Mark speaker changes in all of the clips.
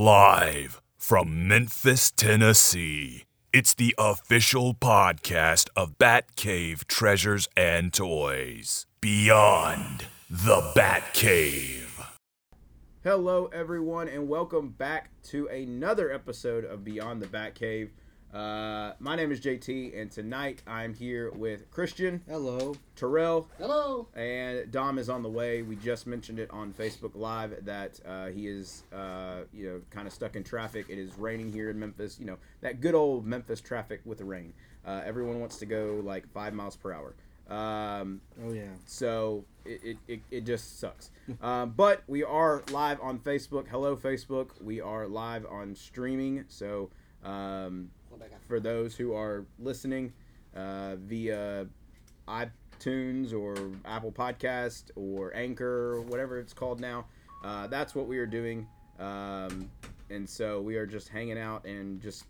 Speaker 1: Live from Memphis, Tennessee, it's the official podcast of Batcave Treasures and Toys. Beyond the Batcave.
Speaker 2: Hello, everyone, and welcome back to another episode of Beyond the Batcave. Uh, my name is JT, and tonight I'm here with Christian,
Speaker 3: Hello.
Speaker 2: Terrell,
Speaker 3: Hello.
Speaker 2: and Dom is on the way. We just mentioned it on Facebook Live that uh, he is, uh, you know, kind of stuck in traffic. It is raining here in Memphis. You know that good old Memphis traffic with the rain. Uh, everyone wants to go like five miles per hour. Um,
Speaker 3: Oh yeah.
Speaker 2: so it, it, it, it just sucks. um, but we are live on Facebook. Hello, Facebook. We are live on streaming. So um, for those who are listening uh, via iTunes or Apple Podcast or Anchor, or whatever it's called now, uh, that's what we are doing. Um, and so we are just hanging out and just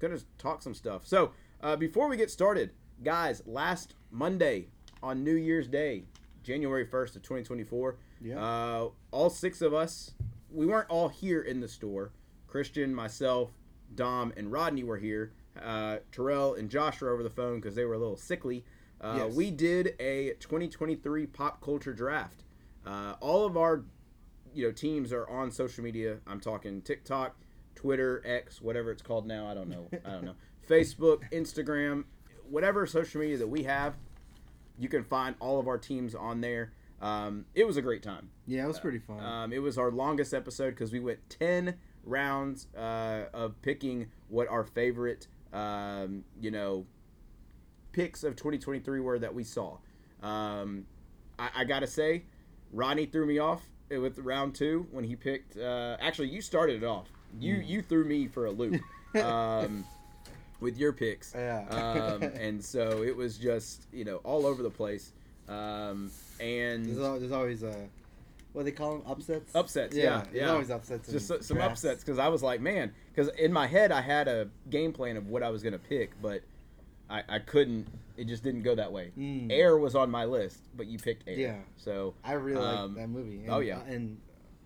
Speaker 2: gonna talk some stuff. So uh, before we get started, guys, last Monday on New Year's Day, January first of 2024,
Speaker 3: Yeah.
Speaker 2: uh, all six of us, we weren't all here in the store. Christian, myself, Dom, and Rodney were here. Uh, Terrell and Josh were over the phone because they were a little sickly. Uh,
Speaker 3: Yes.
Speaker 2: We did a 2023 pop culture draft. Uh, all of our you know teams are on social media. I'm talking TikTok, Twitter, X, whatever it's called now. I don't know. I don't know. Facebook, Instagram, whatever social media that we have, you can find all of our teams on there. Um, it was a great time.
Speaker 3: Yeah, it was pretty fun.
Speaker 2: Um, it was our longest episode because we went 10 rounds uh, of picking what our favorite, um, you know, picks of 2023 were that we saw. Um, I, I got to say, Ronnie threw me off with round two when he picked. Uh, actually, you started it off. You,
Speaker 3: Mm.
Speaker 2: you threw me for a loop. Um, with your picks.
Speaker 3: Yeah.
Speaker 2: Um, and so it was just, you know, all over the place. Um, and
Speaker 3: there's, al- there's always uh, what do they call them upsets.
Speaker 2: Upsets, yeah,
Speaker 3: There's
Speaker 2: yeah.
Speaker 3: always upsets. in
Speaker 2: just so- some
Speaker 3: drafts.
Speaker 2: upsets because I was like, man, because in my head I had a game plan of what I was gonna pick, but I, I couldn't. It just didn't go that way.
Speaker 3: Mm.
Speaker 2: Air was on my list, but you picked Air.
Speaker 3: Yeah.
Speaker 2: So
Speaker 3: I really
Speaker 2: um,
Speaker 3: like that movie. And, uh,
Speaker 2: oh, yeah.
Speaker 3: And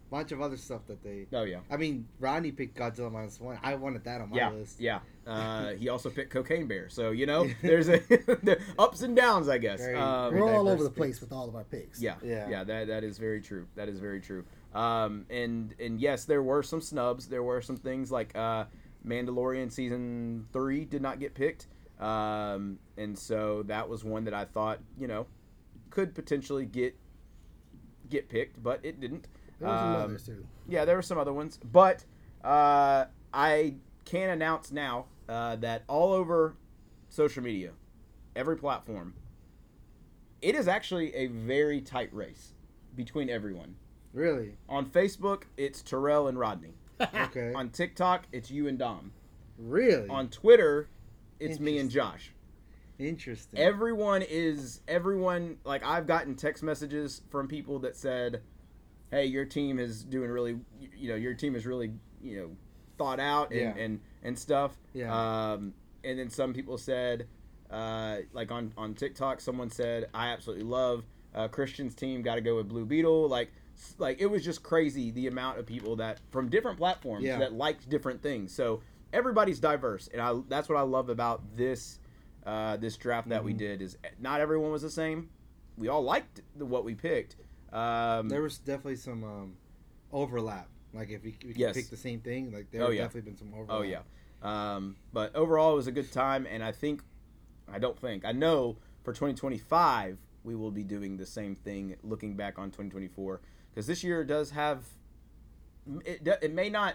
Speaker 3: a bunch of other stuff that they.
Speaker 2: oh yeah,
Speaker 3: I mean, Rodney picked Godzilla minus one. I wanted that on my
Speaker 2: yeah,
Speaker 3: list.
Speaker 2: yeah. Uh, he also picked Cocaine Bear. So you know, there's a there- ups and downs, I guess.
Speaker 3: Very-
Speaker 2: um,
Speaker 3: very
Speaker 4: We're all over the
Speaker 3: diverse
Speaker 4: place with all of our picks.
Speaker 2: Yeah, yeah,
Speaker 3: Yeah.
Speaker 2: That that is very true. That is very true. Um, and and yes, there were some snubs. There were some things like uh, Mandalorian season three did not get picked, um, and so that was one that I thought you know could potentially get get picked, but it didn't.
Speaker 4: There was some
Speaker 2: Um,
Speaker 4: others too.
Speaker 2: yeah, there were some other ones, but uh, I can announce now uh, that all over social media, every platform, it is actually a very tight race between everyone.
Speaker 3: Really?
Speaker 2: On Facebook, it's Terrell and Rodney.
Speaker 3: Okay.
Speaker 2: On TikTok, it's you and Dom.
Speaker 3: really?
Speaker 2: On Twitter, it's me and
Speaker 3: Interesting.
Speaker 2: Josh.
Speaker 3: Interesting.
Speaker 2: Everyone is everyone like I've gotten text messages from people that said, "Hey, your team is doing really, you know, your team is really, you know, thought out and
Speaker 3: Yeah.
Speaker 2: and, and stuff."
Speaker 3: Yeah.
Speaker 2: Um, and then some people said, uh, like on on TikTok, someone said, "I absolutely love uh, Christian's team. Got to go with Blue Beetle." Like, s- like it was just crazy the amount of people that from different platforms
Speaker 3: Yeah.
Speaker 2: that liked different things. So everybody's diverse, and I that's what I love about this uh, this draft that we did is eh, not everyone was the same. We all liked the, what we picked. Um,
Speaker 3: there was definitely some um, overlap. Like if we, we
Speaker 2: Yes.
Speaker 3: pick the same thing, like there
Speaker 2: Oh,
Speaker 3: would
Speaker 2: yeah.
Speaker 3: definitely been some overlap.
Speaker 2: Oh yeah. Um, but overall, it was a good time, and I think, I don't think, I know for 2025 we will be doing the same thing. Looking back on 2024, because this year does have, it, do- it may not.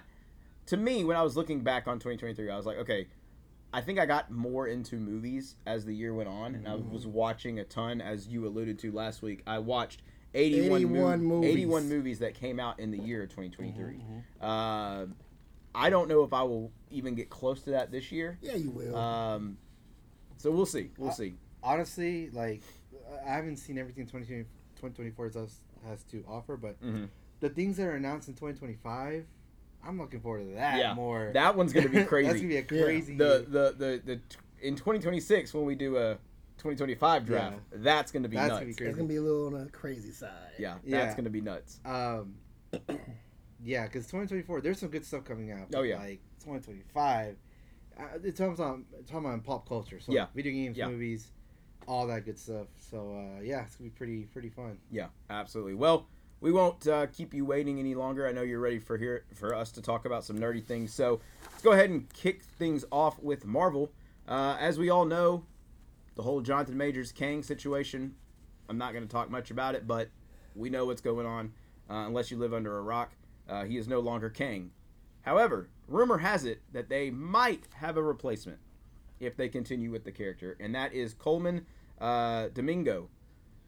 Speaker 2: To me, when I was looking back on 2023, I was like, okay, I think I got more into movies as the year went on, and I was watching a ton, as you alluded to last week. I watched 81,
Speaker 4: 81
Speaker 2: movies.
Speaker 4: movies.
Speaker 2: 81 movies that came out in the year 2023. Uh, I don't know if I will even get close to that this year.
Speaker 4: Yeah, you will.
Speaker 2: Um, so we'll see. We'll
Speaker 3: I-
Speaker 2: see.
Speaker 3: honestly, like I haven't seen everything 2020 2024 has, has to offer, but
Speaker 2: Mhm.
Speaker 3: the things that are announced in 2025, I'm looking forward to that
Speaker 2: Yeah,
Speaker 3: more.
Speaker 2: that one's gonna be
Speaker 3: That's
Speaker 2: crazy.
Speaker 3: gonna be a
Speaker 4: Yeah.
Speaker 3: crazy.
Speaker 2: The the the, the t- in 2026 when we do a 2025 draft,
Speaker 3: Yeah.
Speaker 2: that's going to be
Speaker 3: That's
Speaker 2: nuts.
Speaker 3: gonna be
Speaker 4: it's
Speaker 3: crazy.
Speaker 4: gonna be a little on the crazy side.
Speaker 2: Yeah, that's
Speaker 3: Yeah.
Speaker 2: going to be nuts.
Speaker 3: um, Yeah, because 2024, there's some good stuff coming out.
Speaker 2: Oh, yeah.
Speaker 3: like 2025, uh, it comes on it's talking about pop culture. So
Speaker 2: Yeah.
Speaker 3: video games,
Speaker 2: Yeah.
Speaker 3: movies, all that good stuff. So uh, yeah, it's gonna be pretty pretty fun.
Speaker 2: Yeah, absolutely. Well, we won't uh, keep you waiting any longer. I know you're ready for here for us to talk about some nerdy things. So let's go ahead and kick things off with Marvel. Uh, as we all know, the whole Jonathan Majors Kang situation. I'm not going to talk much about it, but we know what's going on. Uh, unless you live under a rock, uh, he is no longer Kang. However, rumor has it that they might have a replacement if they continue with the character, and that is Coleman uh, Domingo.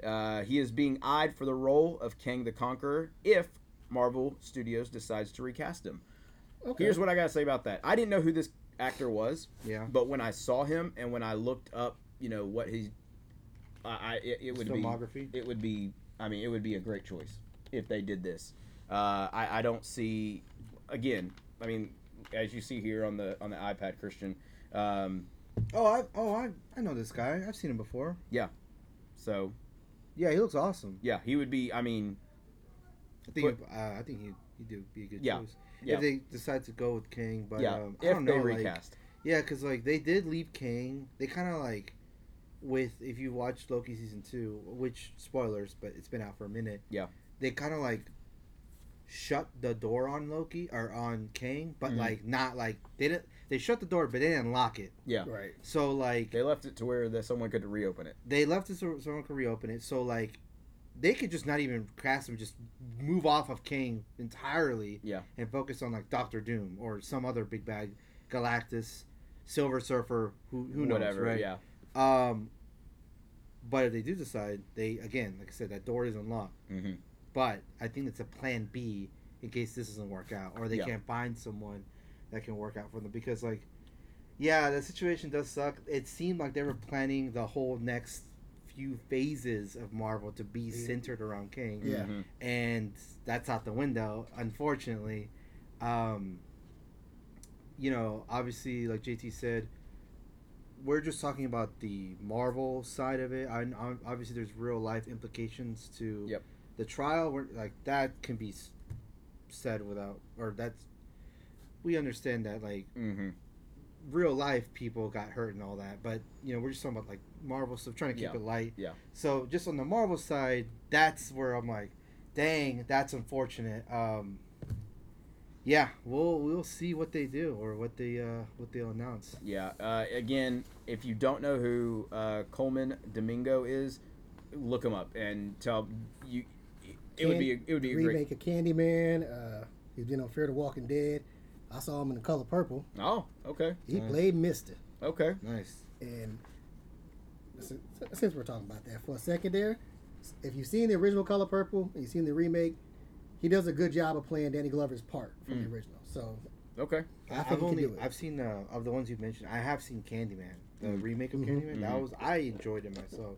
Speaker 2: Uh, he is being eyed for the role of Kang the Conqueror if Marvel Studios decides to recast him. Here's what I gotta say about that. I didn't know who this actor was.
Speaker 3: Yeah.
Speaker 2: But when I saw him and when I looked up, you know what he, I, I it, it would
Speaker 3: Filmography?
Speaker 2: be it would be I mean it would be a great choice if they did this. Uh, I I don't see again. I mean, as you see here on the on the iPad, Christian. Um,
Speaker 3: Oh, I oh I I know this guy. I've seen him before.
Speaker 2: so
Speaker 3: Yeah, he looks awesome.
Speaker 2: yeah, he would be. I mean,
Speaker 3: I think uh, I think he he do be a good
Speaker 2: Yeah.
Speaker 3: choice
Speaker 2: Yeah.
Speaker 3: if they decide to go with King. But
Speaker 2: yeah,
Speaker 3: um, I
Speaker 2: if
Speaker 3: don't
Speaker 2: they
Speaker 3: know, like-
Speaker 2: recast.
Speaker 3: Yeah, because like they did leave Kang. They kind of like with if you watched Loki season two, which spoilers, but it's been out for a minute.
Speaker 2: Yeah.
Speaker 3: they kind of like shut the door on Loki or on Kang, but
Speaker 2: Mhm.
Speaker 3: like not like they didn't. They shut the door, but they didn't lock it.
Speaker 2: yeah,
Speaker 4: Right.
Speaker 3: So like
Speaker 2: they left it to where that someone could reopen it.
Speaker 3: they left it so someone could reopen it. So like they could just not even cast him, just move off of Kang entirely.
Speaker 2: Yeah.
Speaker 3: And focus on like Doctor Doom or some other big bad, Galactus, Silver Surfer, who who knows,
Speaker 2: Whatever.
Speaker 3: right?
Speaker 2: Yeah.
Speaker 3: Um, but if they do decide, they again, like I said, that door is unlocked.
Speaker 2: Mm-hmm.
Speaker 3: But I think it's a plan B in case this doesn't work out, or they
Speaker 2: Yeah.
Speaker 3: can't find someone that can work out for them. Because like, yeah, the situation does suck. It seemed like they were planning the whole next few phases of Marvel to be
Speaker 4: Yeah.
Speaker 3: centered around King,
Speaker 4: Yeah.
Speaker 2: Mhm.
Speaker 3: and that's out the window, unfortunately. Um, you know, obviously, like JT said, we're just talking about the Marvel side of it. I, I- obviously, there's real life implications to
Speaker 2: Yep.
Speaker 3: the trial. Where, like that can be s- said without, or that's we understand that like
Speaker 2: Mm-hmm.
Speaker 3: real life people got hurt and all that. But you know, we're just talking about like Marvel stuff, trying to keep
Speaker 2: Yeah.
Speaker 3: it light.
Speaker 2: Yeah.
Speaker 3: So just on the Marvel side, that's where I'm like, dang, that's unfortunate. Um, yeah, we'll we'll see what they do or what they uh, what they'll announce.
Speaker 2: Yeah. Uh, again, if you don't know who uh, Coleman Domingo is, look him up and tell you. It would be a, it would be a great.
Speaker 4: remake of Candyman. Uh, he's been on Fear the Walking Dead. I saw him in The Color Purple.
Speaker 2: Oh, okay,
Speaker 4: He
Speaker 3: Mm.
Speaker 4: played Mister.
Speaker 2: okay.
Speaker 3: Nice.
Speaker 4: And since, since we're talking about that for a second there, if you've seen the original Color Purple and you've seen the remake, he does a good job of playing Danny Glover's part from
Speaker 2: Mm.
Speaker 4: the original. So
Speaker 2: Okay.
Speaker 4: I think
Speaker 3: I've
Speaker 4: he
Speaker 3: only
Speaker 4: can do it.
Speaker 3: I've seen uh, of the ones you've mentioned. I have seen Candyman, the
Speaker 2: Mm.
Speaker 3: remake of
Speaker 4: Mhm.
Speaker 3: Candyman. That
Speaker 2: Mhm.
Speaker 3: was I enjoyed it myself. So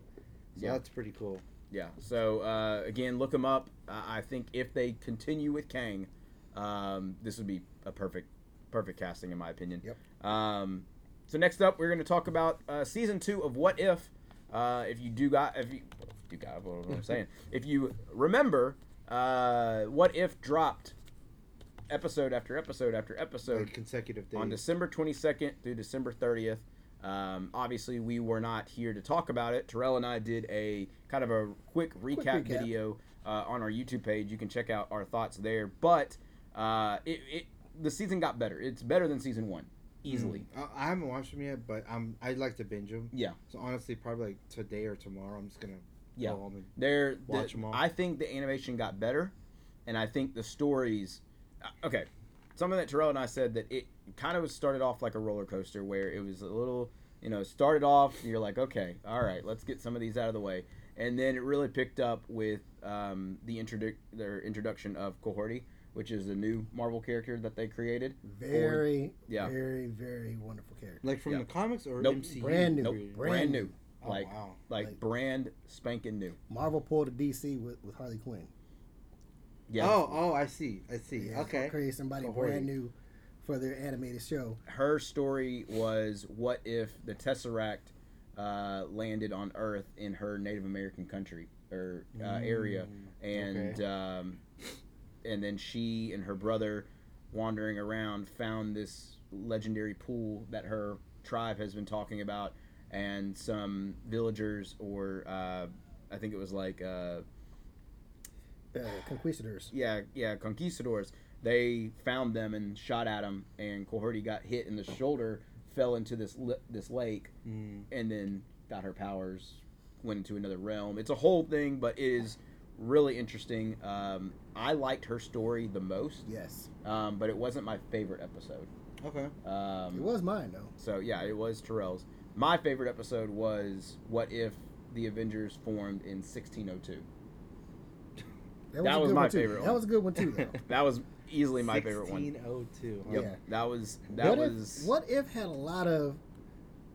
Speaker 2: Yeah.
Speaker 3: that's pretty cool.
Speaker 2: Yeah. So uh, again, look him up. I I think if they continue with Kang, um, this would be a perfect, perfect casting in my opinion. Yep. Um, so next up, we're going to talk about uh, season two of What If. Uh, if you do got, if you, if you got what I'm saying. if you remember, uh, What If dropped episode after episode after episode
Speaker 3: Like consecutive days.
Speaker 2: on December 22nd through December 30th. Um, obviously, we were not here to talk about it. Terrell and I did a kind of a quick recap,
Speaker 4: recap.
Speaker 2: video uh, on our YouTube page. You can check out our thoughts there. But uh, it, it the season got better. It's better than season one, easily.
Speaker 3: Mm. I- I haven't watched them yet, but I'm I'd like to binge them.
Speaker 2: Yeah.
Speaker 3: So honestly, probably like today or tomorrow, I'm just gonna
Speaker 2: Yeah.
Speaker 3: go home and
Speaker 2: They're
Speaker 3: Watch
Speaker 2: the,
Speaker 3: 'em all.
Speaker 2: I think the animation got better, and I think the stories. uh, Okay, something that Terrell and I said that it kind of started off like a roller coaster where it was a little, you know, started off you're like, okay, all right, let's get some of these out of the way, and then it really picked up with um, the introdu- their introduction of Cohorti, which is a new Marvel character that they created.
Speaker 4: very,
Speaker 2: Yeah.
Speaker 4: very, very wonderful character.
Speaker 3: like from
Speaker 2: Yeah.
Speaker 3: the comics or
Speaker 2: Nope.
Speaker 3: MCU.
Speaker 4: Brand new.
Speaker 2: Nope,
Speaker 4: Brand
Speaker 2: brand
Speaker 4: new.
Speaker 2: new, like
Speaker 3: oh wow.
Speaker 2: like,
Speaker 4: Like-
Speaker 2: brand spanking new.
Speaker 4: Marvel pulled a DC with, with Harley Quinn.
Speaker 2: Yeah,
Speaker 3: Oh oh, I see. I see.
Speaker 4: Yeah,
Speaker 3: okay.
Speaker 4: Create somebody
Speaker 3: Don't worry.
Speaker 4: brand new for their animated show.
Speaker 2: her story was what if the Tesseract uh, landed on Earth in her Native American country or uh, area,
Speaker 3: Mm,
Speaker 2: and um, and then she and her brother wandering around found this legendary pool that her tribe has been talking about and some villagers or uh, i think it was like uh,
Speaker 4: Uh, conquistadors.
Speaker 2: yeah yeah conquistadors they found them and shot at him and Coherty got hit in the shoulder fell into this li- this lake
Speaker 3: Mm.
Speaker 2: and then got her powers, went into another realm. It's a whole thing, but it is really interesting. Um, I liked her story the most,
Speaker 4: Yes.
Speaker 2: um, but it wasn't my favorite episode.
Speaker 3: Okay.
Speaker 2: Um,
Speaker 4: It was mine, though.
Speaker 2: So yeah, it was Terrell's. My favorite episode was what if the Avengers formed in 1602. That
Speaker 4: a
Speaker 2: was
Speaker 4: good
Speaker 2: my
Speaker 4: one, too.
Speaker 2: favorite
Speaker 4: That
Speaker 2: one.
Speaker 4: was a good one, too, though.
Speaker 2: That was easily my favorite one.
Speaker 3: 1602.
Speaker 2: Yep,
Speaker 4: Yeah.
Speaker 2: that was that
Speaker 4: oh what
Speaker 2: was
Speaker 4: If, what if had a lot of,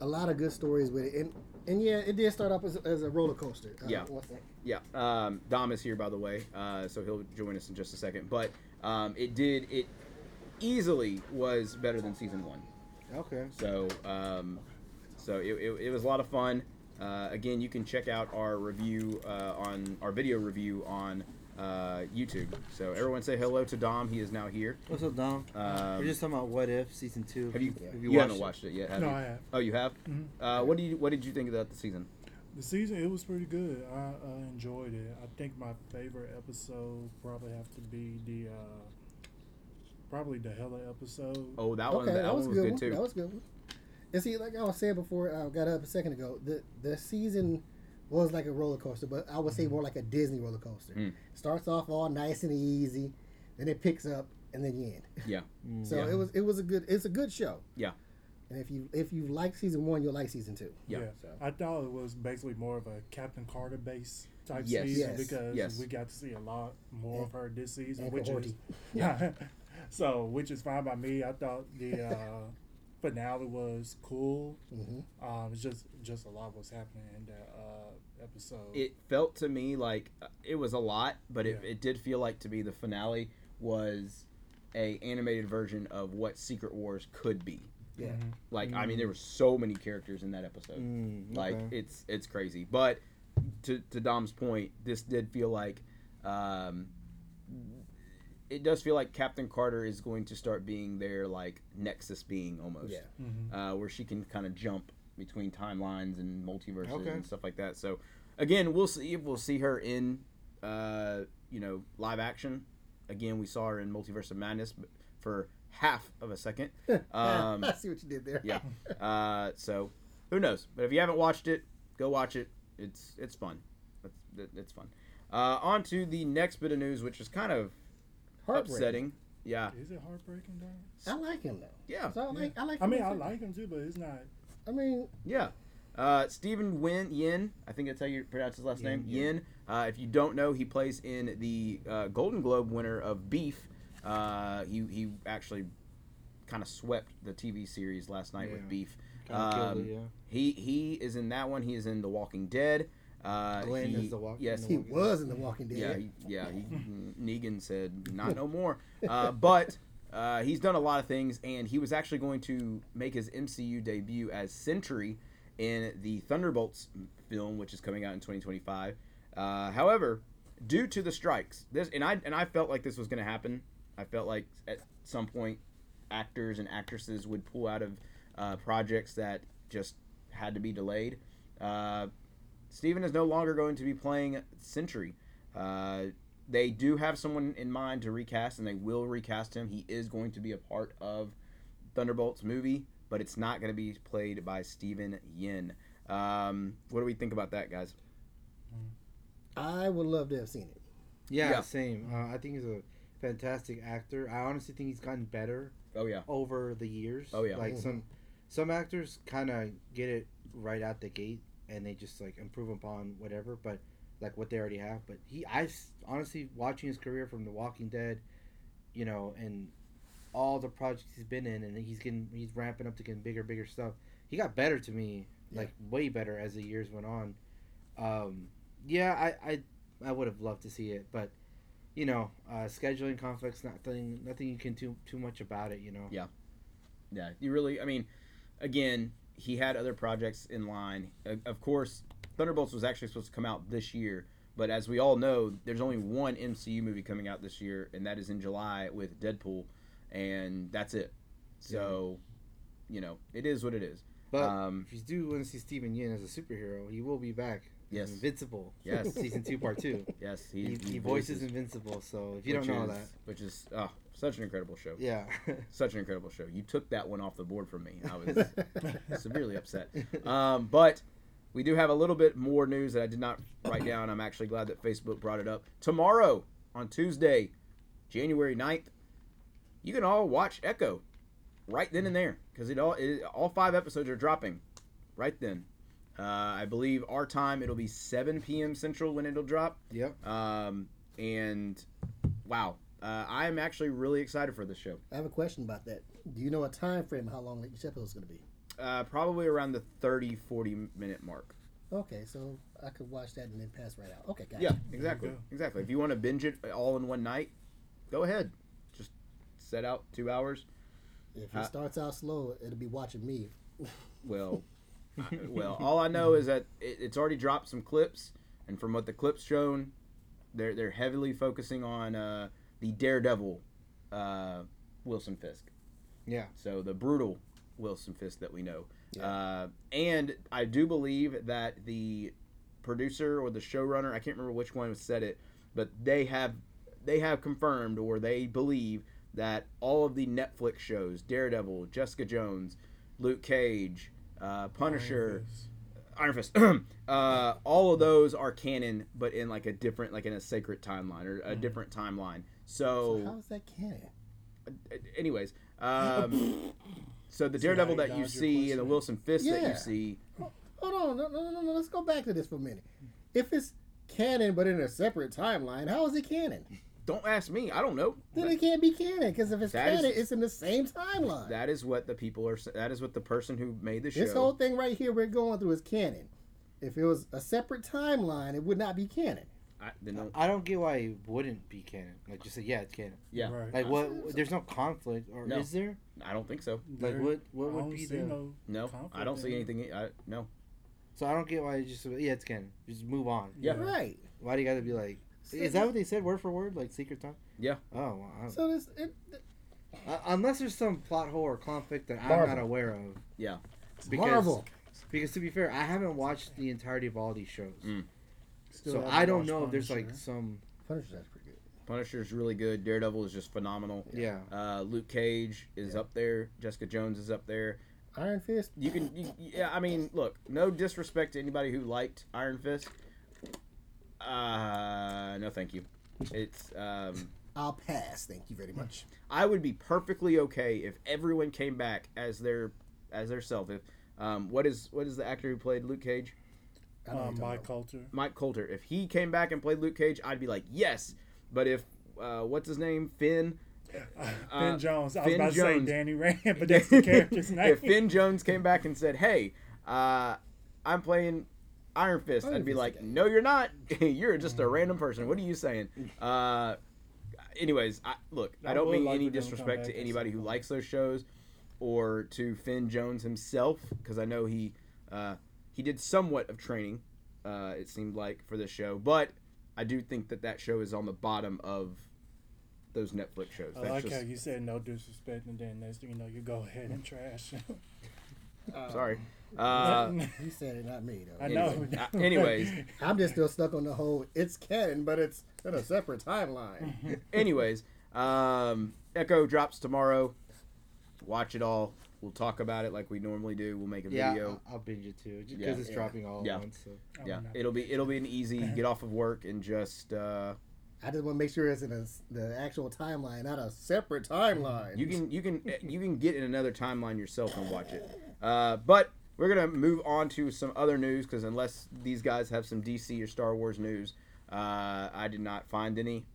Speaker 4: a lot of good stories with it, and and yeah, it did start off as, as a roller coaster. Uh,
Speaker 2: Yeah.
Speaker 4: one second.
Speaker 2: Yeah, um, Dom is here by the way, uh, so he'll join us in just a second. But um, it did it easily was better than season one.
Speaker 3: Okay.
Speaker 2: So um, so it, it, it was a lot of fun. Uh, again, you can check out our review uh, on our video review on uh, YouTube. So everyone say hello to Dom. He is now here.
Speaker 3: What's up, Dom?
Speaker 2: Um,
Speaker 3: We're just talking about What If season two.
Speaker 2: Have you?
Speaker 3: Have
Speaker 2: you, haven't watched it yet? Have
Speaker 5: No,
Speaker 2: you?
Speaker 5: I have. Mm-hmm.
Speaker 2: Oh, you have. Uh, what do you? What did you think about the season?
Speaker 5: The season it was pretty good. I uh, enjoyed it. I think my favorite episode probably have to be the uh, probably the Hella episode.
Speaker 2: Oh, that one.
Speaker 4: Okay,
Speaker 2: That,
Speaker 4: that, was a
Speaker 2: one was
Speaker 4: good
Speaker 2: good,
Speaker 4: one.
Speaker 2: too.
Speaker 4: That was a good one. And see, like I was saying before, I got up a second ago. The the season was like a roller coaster, but I would say more like a Disney roller coaster.
Speaker 2: Mm-hmm. Mm.
Speaker 4: Starts off all nice and easy, then it picks up, and then you end.
Speaker 2: yeah.
Speaker 3: Mm.
Speaker 4: So
Speaker 2: Yeah.
Speaker 4: it was it was a good it's a good show.
Speaker 2: Yeah.
Speaker 4: And if you if you like season one, you'll like season two.
Speaker 2: Yeah.
Speaker 4: So.
Speaker 5: I thought it was basically more of a Captain Carter base type
Speaker 2: Yes.
Speaker 5: season
Speaker 4: Yes.
Speaker 5: because
Speaker 2: Yes.
Speaker 5: we got to see a lot more of her this season,
Speaker 4: and
Speaker 5: which is
Speaker 4: Cohorty.
Speaker 5: yeah. so which is fine by me. I thought the uh, finale was cool.
Speaker 4: Mm-hmm.
Speaker 5: Um, it's just just a lot was happening in that uh, episode.
Speaker 2: it felt to me like uh, it was a lot, but it,
Speaker 5: Yeah.
Speaker 2: it did feel like to me the finale was a animated version of what Secret Wars could be.
Speaker 4: Yeah.
Speaker 3: Mm-hmm.
Speaker 2: Like I mean, there were so many characters in that episode.
Speaker 3: Mm,
Speaker 2: Like
Speaker 3: okay.
Speaker 2: it's it's crazy. But to to Dom's point, this did feel like um, it does feel like Captain Carter is going to start being their like nexus being almost
Speaker 4: Yeah.
Speaker 2: uh, where she can kind of jump between timelines and multiverses
Speaker 3: Okay.
Speaker 2: and stuff like that. So, again, we'll see if we'll see her in, uh, you know, live action. Again, we saw her in Multiverse of Madness but for half of a second. Um,
Speaker 4: I see what you did there.
Speaker 2: yeah. Uh, so, who knows? But if you haven't watched it, go watch it. It's it's fun. It's, it- it's fun. Uh, on to the next bit of news, which is kind of
Speaker 4: Heartbreaking.
Speaker 2: upsetting. Yeah.
Speaker 5: is it heartbreaking, Darren?
Speaker 4: I like him though.
Speaker 2: Yeah.
Speaker 4: So I like I like.
Speaker 5: I
Speaker 4: him
Speaker 5: mean,
Speaker 4: as
Speaker 5: I
Speaker 4: a-
Speaker 5: like him too, but it's not.
Speaker 4: I mean,
Speaker 2: Yeah. Uh, Stephen Win Yin, I think that's how you pronounce his last name. Yin. Uh, if you don't know, he plays in the uh, Golden Globe winner of Beef. Uh, he he actually kind of swept the TV series last night with
Speaker 3: Yeah.
Speaker 2: Beef.
Speaker 3: Kinda killed
Speaker 2: Um,
Speaker 3: it, yeah.
Speaker 2: He he is in that one. He is in The Walking Dead. Uh,
Speaker 3: Glenn
Speaker 2: he-
Speaker 3: is The Walk-
Speaker 2: Yes,
Speaker 3: The
Speaker 4: he
Speaker 3: Walking Dead.
Speaker 4: was in The Walking Dead.
Speaker 2: yeah, he, yeah. He, Negan said, "Not no more." Uh, but uh, he's done a lot of things, and he was actually going to make his MCU debut as Sentry in the Thunderbolts film, which is coming out in 2025. Uh, however, due to the strikes, this and I and I felt like this was going to happen. I felt like at some point, actors and actresses would pull out of uh, projects that just had to be delayed. Uh, Steven is no longer going to be playing Sentry. Uh, they do have someone in mind to recast, and they will recast him. He is going to be a part of Thunderbolts movie, but it's not going to be played by Steven Yin. Um, what do we think about that, guys?
Speaker 4: I would love to have seen it.
Speaker 3: Yeah,
Speaker 2: Yeah.
Speaker 3: same. Uh, I think he's a fantastic actor. I honestly think he's gotten better
Speaker 2: Oh yeah,
Speaker 3: over the years.
Speaker 2: Oh, yeah.
Speaker 3: Like
Speaker 4: Mhm.
Speaker 3: some some actors kind of get it right out the gate and they just like improve upon whatever, but like what they already have. But he, I s- honestly watching his career from The Walking Dead, you know, and all the projects he's been in, and he's getting he's ramping up to getting bigger, bigger stuff. He got better to me, like way better as the years went on. Um, yeah, I I, I would have loved to see it, but you know, uh, scheduling conflicts, nothing, nothing you can do too much about it. You know.
Speaker 2: Yeah. yeah. You really, I mean, again, Uh, he had other projects in line. O- Of course, Thunderbolts was actually supposed to come out this year, But as we all know, there's only one MCU movie coming out this year, and that is in July with Deadpool, and that's it. So, you know, it is what it is.
Speaker 3: But
Speaker 2: Um,
Speaker 3: if you do want to see Steven Yin as a superhero, he will be back. in
Speaker 2: Yes.
Speaker 3: Invincible.
Speaker 2: Yes.
Speaker 3: Season two, part two.
Speaker 2: Yes,
Speaker 3: He, he, voices Invincible, so if you don't
Speaker 2: which
Speaker 3: know
Speaker 2: is,
Speaker 3: that,
Speaker 2: which is oh, such an incredible show.
Speaker 3: yeah.
Speaker 2: Such an incredible show. You took that one off the board from me. I was severely upset. Um, but we do have a little bit more news that I did not write down. I'm actually glad that Facebook brought it up. Tomorrow, on Tuesday, January 9th, you can all watch Echo right then and there because it all it, all five episodes are dropping right then. Uh, I believe our time it'll be 7 p.m. Central when it'll drop.
Speaker 3: yep.
Speaker 2: Um, and wow, uh, I am actually really excited for this show.
Speaker 4: I have a question about that. Do you know a time frame how long each episode is going to be?
Speaker 2: Uh, probably around the 30, 40 minute mark.
Speaker 4: Okay, so I could watch that and then pass right out. Okay, gotcha.
Speaker 2: Yeah, exactly.
Speaker 5: go.
Speaker 2: Exactly. If you want to binge it all in one night, go ahead. Just set out two hours.
Speaker 4: If it starts out slow, it'll be watching me.
Speaker 2: Well, I- well, all I know is that it, it's already dropped some clips, and from what the clips shown, they're they're heavily focusing on uh, the Daredevil, uh, Wilson Fisk.
Speaker 3: Yeah.
Speaker 2: So the brutal Wilson Fisk that we know. Uh, and I do believe that the producer or the showrunner, I can't remember which one said it, but they have they have confirmed or they believe that all of the Netflix shows, Daredevil, Jessica Jones, Luke Cage, uh, Punisher, Iron Fist, uh, all of those are canon, but in like a different, like in a sacred timeline or a different timeline. So,
Speaker 4: How is that canon?
Speaker 2: anyways, um, so the Daredevil
Speaker 5: now you
Speaker 2: that you
Speaker 5: dodged your
Speaker 2: see and the
Speaker 5: question.
Speaker 2: Wilson Fisk that
Speaker 4: Yeah.
Speaker 2: you see,
Speaker 4: Hold on, no, no, no, no. Let's go back to this for a minute. If it's canon but in a separate timeline, how is it canon?
Speaker 2: don't ask me. I don't know.
Speaker 4: Then it can't be canon because if it's
Speaker 2: That is-
Speaker 4: canon, it's in the same timeline.
Speaker 2: That is what the people are. s- That is what the person who made the show.
Speaker 4: this whole thing right here we're going through is canon. If it was a separate timeline, it would not be canon.
Speaker 2: I, then don't,
Speaker 3: I don't get why it wouldn't be canon. Like just say, yeah, it's canon.
Speaker 2: yeah,
Speaker 5: Right.
Speaker 3: Like what? There's no conflict, or
Speaker 2: No.
Speaker 3: is there?
Speaker 2: I don't think so.
Speaker 3: Like
Speaker 5: There-
Speaker 3: what? What
Speaker 5: I
Speaker 3: would
Speaker 5: don't
Speaker 3: be
Speaker 5: see
Speaker 3: the?
Speaker 5: no
Speaker 2: No, I
Speaker 5: conflict
Speaker 2: don't see
Speaker 5: in it.
Speaker 2: anything. I no.
Speaker 3: So I don't get why it's just yeah, it's canon. Just move on.
Speaker 2: Yeah.
Speaker 4: Right.
Speaker 3: Why do you got to be like? Is that what they said word for word? Like secret time?
Speaker 2: Yeah.
Speaker 3: Oh, well, I don't-
Speaker 4: So this, it,
Speaker 3: Uh, unless there's some plot hole or conflict that I'm not
Speaker 4: Marvel.
Speaker 3: aware of.
Speaker 2: Yeah.
Speaker 3: Because,
Speaker 4: Marvel.
Speaker 3: Because to be fair, I haven't watched the entirety of all these shows,
Speaker 2: Mm.
Speaker 5: Still
Speaker 3: so
Speaker 5: haven't
Speaker 3: I don't
Speaker 5: watched
Speaker 3: know if there's
Speaker 5: Punisher.
Speaker 3: like some
Speaker 4: Punisher, that's pretty good.
Speaker 2: Punisher's really good. Daredevil is just phenomenal.
Speaker 3: yeah.
Speaker 2: Uh, Luke Cage is up there. Jessica Jones is up there.
Speaker 4: Iron Fist.
Speaker 2: You can, you, yeah. I mean, look, no disrespect to anybody who liked Iron Fist. Uh, no, thank you. It's um,
Speaker 4: I'll pass. Thank you very much.
Speaker 2: I would be perfectly okay if everyone came back as their as their self. If um, what is what is the actor who played Luke Cage?
Speaker 4: I know what
Speaker 5: Uh,
Speaker 4: you're talking
Speaker 5: my
Speaker 4: about.
Speaker 5: culture.
Speaker 2: Mike Coulter. If he came back and played Luke Cage, I'd be like, yes. But if uh, what's his name, Finn?
Speaker 5: Finn Jones. I was
Speaker 2: Finn
Speaker 5: about to
Speaker 2: Jones.
Speaker 5: say Danny Rand, but that's the character's name.
Speaker 2: if Finn Jones came back and said, "Hey, uh, I'm playing Iron Fist,"
Speaker 4: Iron
Speaker 2: I'd be
Speaker 4: Fist
Speaker 2: like,
Speaker 4: again.
Speaker 2: "No, you're not. you're just a random person. What are you saying?" Uh, anyways, I, look, I
Speaker 5: I
Speaker 2: don't
Speaker 5: would
Speaker 2: mean
Speaker 5: like
Speaker 2: any
Speaker 5: for them to come
Speaker 2: disrespect
Speaker 5: back
Speaker 2: to
Speaker 5: at
Speaker 2: anybody
Speaker 5: some
Speaker 2: who
Speaker 5: point.
Speaker 2: likes those shows or to Finn Jones himself, because I know he uh, he did somewhat of training. Uh, it seemed like for this show, but I do think that that show is on the bottom of those Netflix shows.
Speaker 5: I
Speaker 2: That's
Speaker 5: like
Speaker 2: just,
Speaker 5: how you said no disrespect, and then next thing you know, you go ahead and trash.
Speaker 2: sorry. Uh,
Speaker 4: You said it, not me, though.
Speaker 5: I know.
Speaker 2: anyway, uh, anyways,
Speaker 4: I'm just still stuck on the whole it's canon, but it's in a separate timeline.
Speaker 2: Anyways, um, Echo drops tomorrow. Watch it all. We'll talk about it like we normally do. We'll make a
Speaker 3: Yeah,
Speaker 2: video.
Speaker 3: I- I'll binge it too, just
Speaker 2: Yeah.
Speaker 3: because it's
Speaker 4: Yeah.
Speaker 3: dropping all
Speaker 2: Yeah.
Speaker 3: at once. So.
Speaker 5: I'm
Speaker 2: yeah,
Speaker 5: not-
Speaker 2: it'll be it'll be an easy get off of work and just uh,
Speaker 4: I just want to make sure it's in a, the actual timeline, not a separate timeline.
Speaker 2: you can you can you can get in another timeline yourself and watch it. Uh, but we're gonna move on to some other news because unless these guys have some DC or Star Wars news, uh, I did not find any.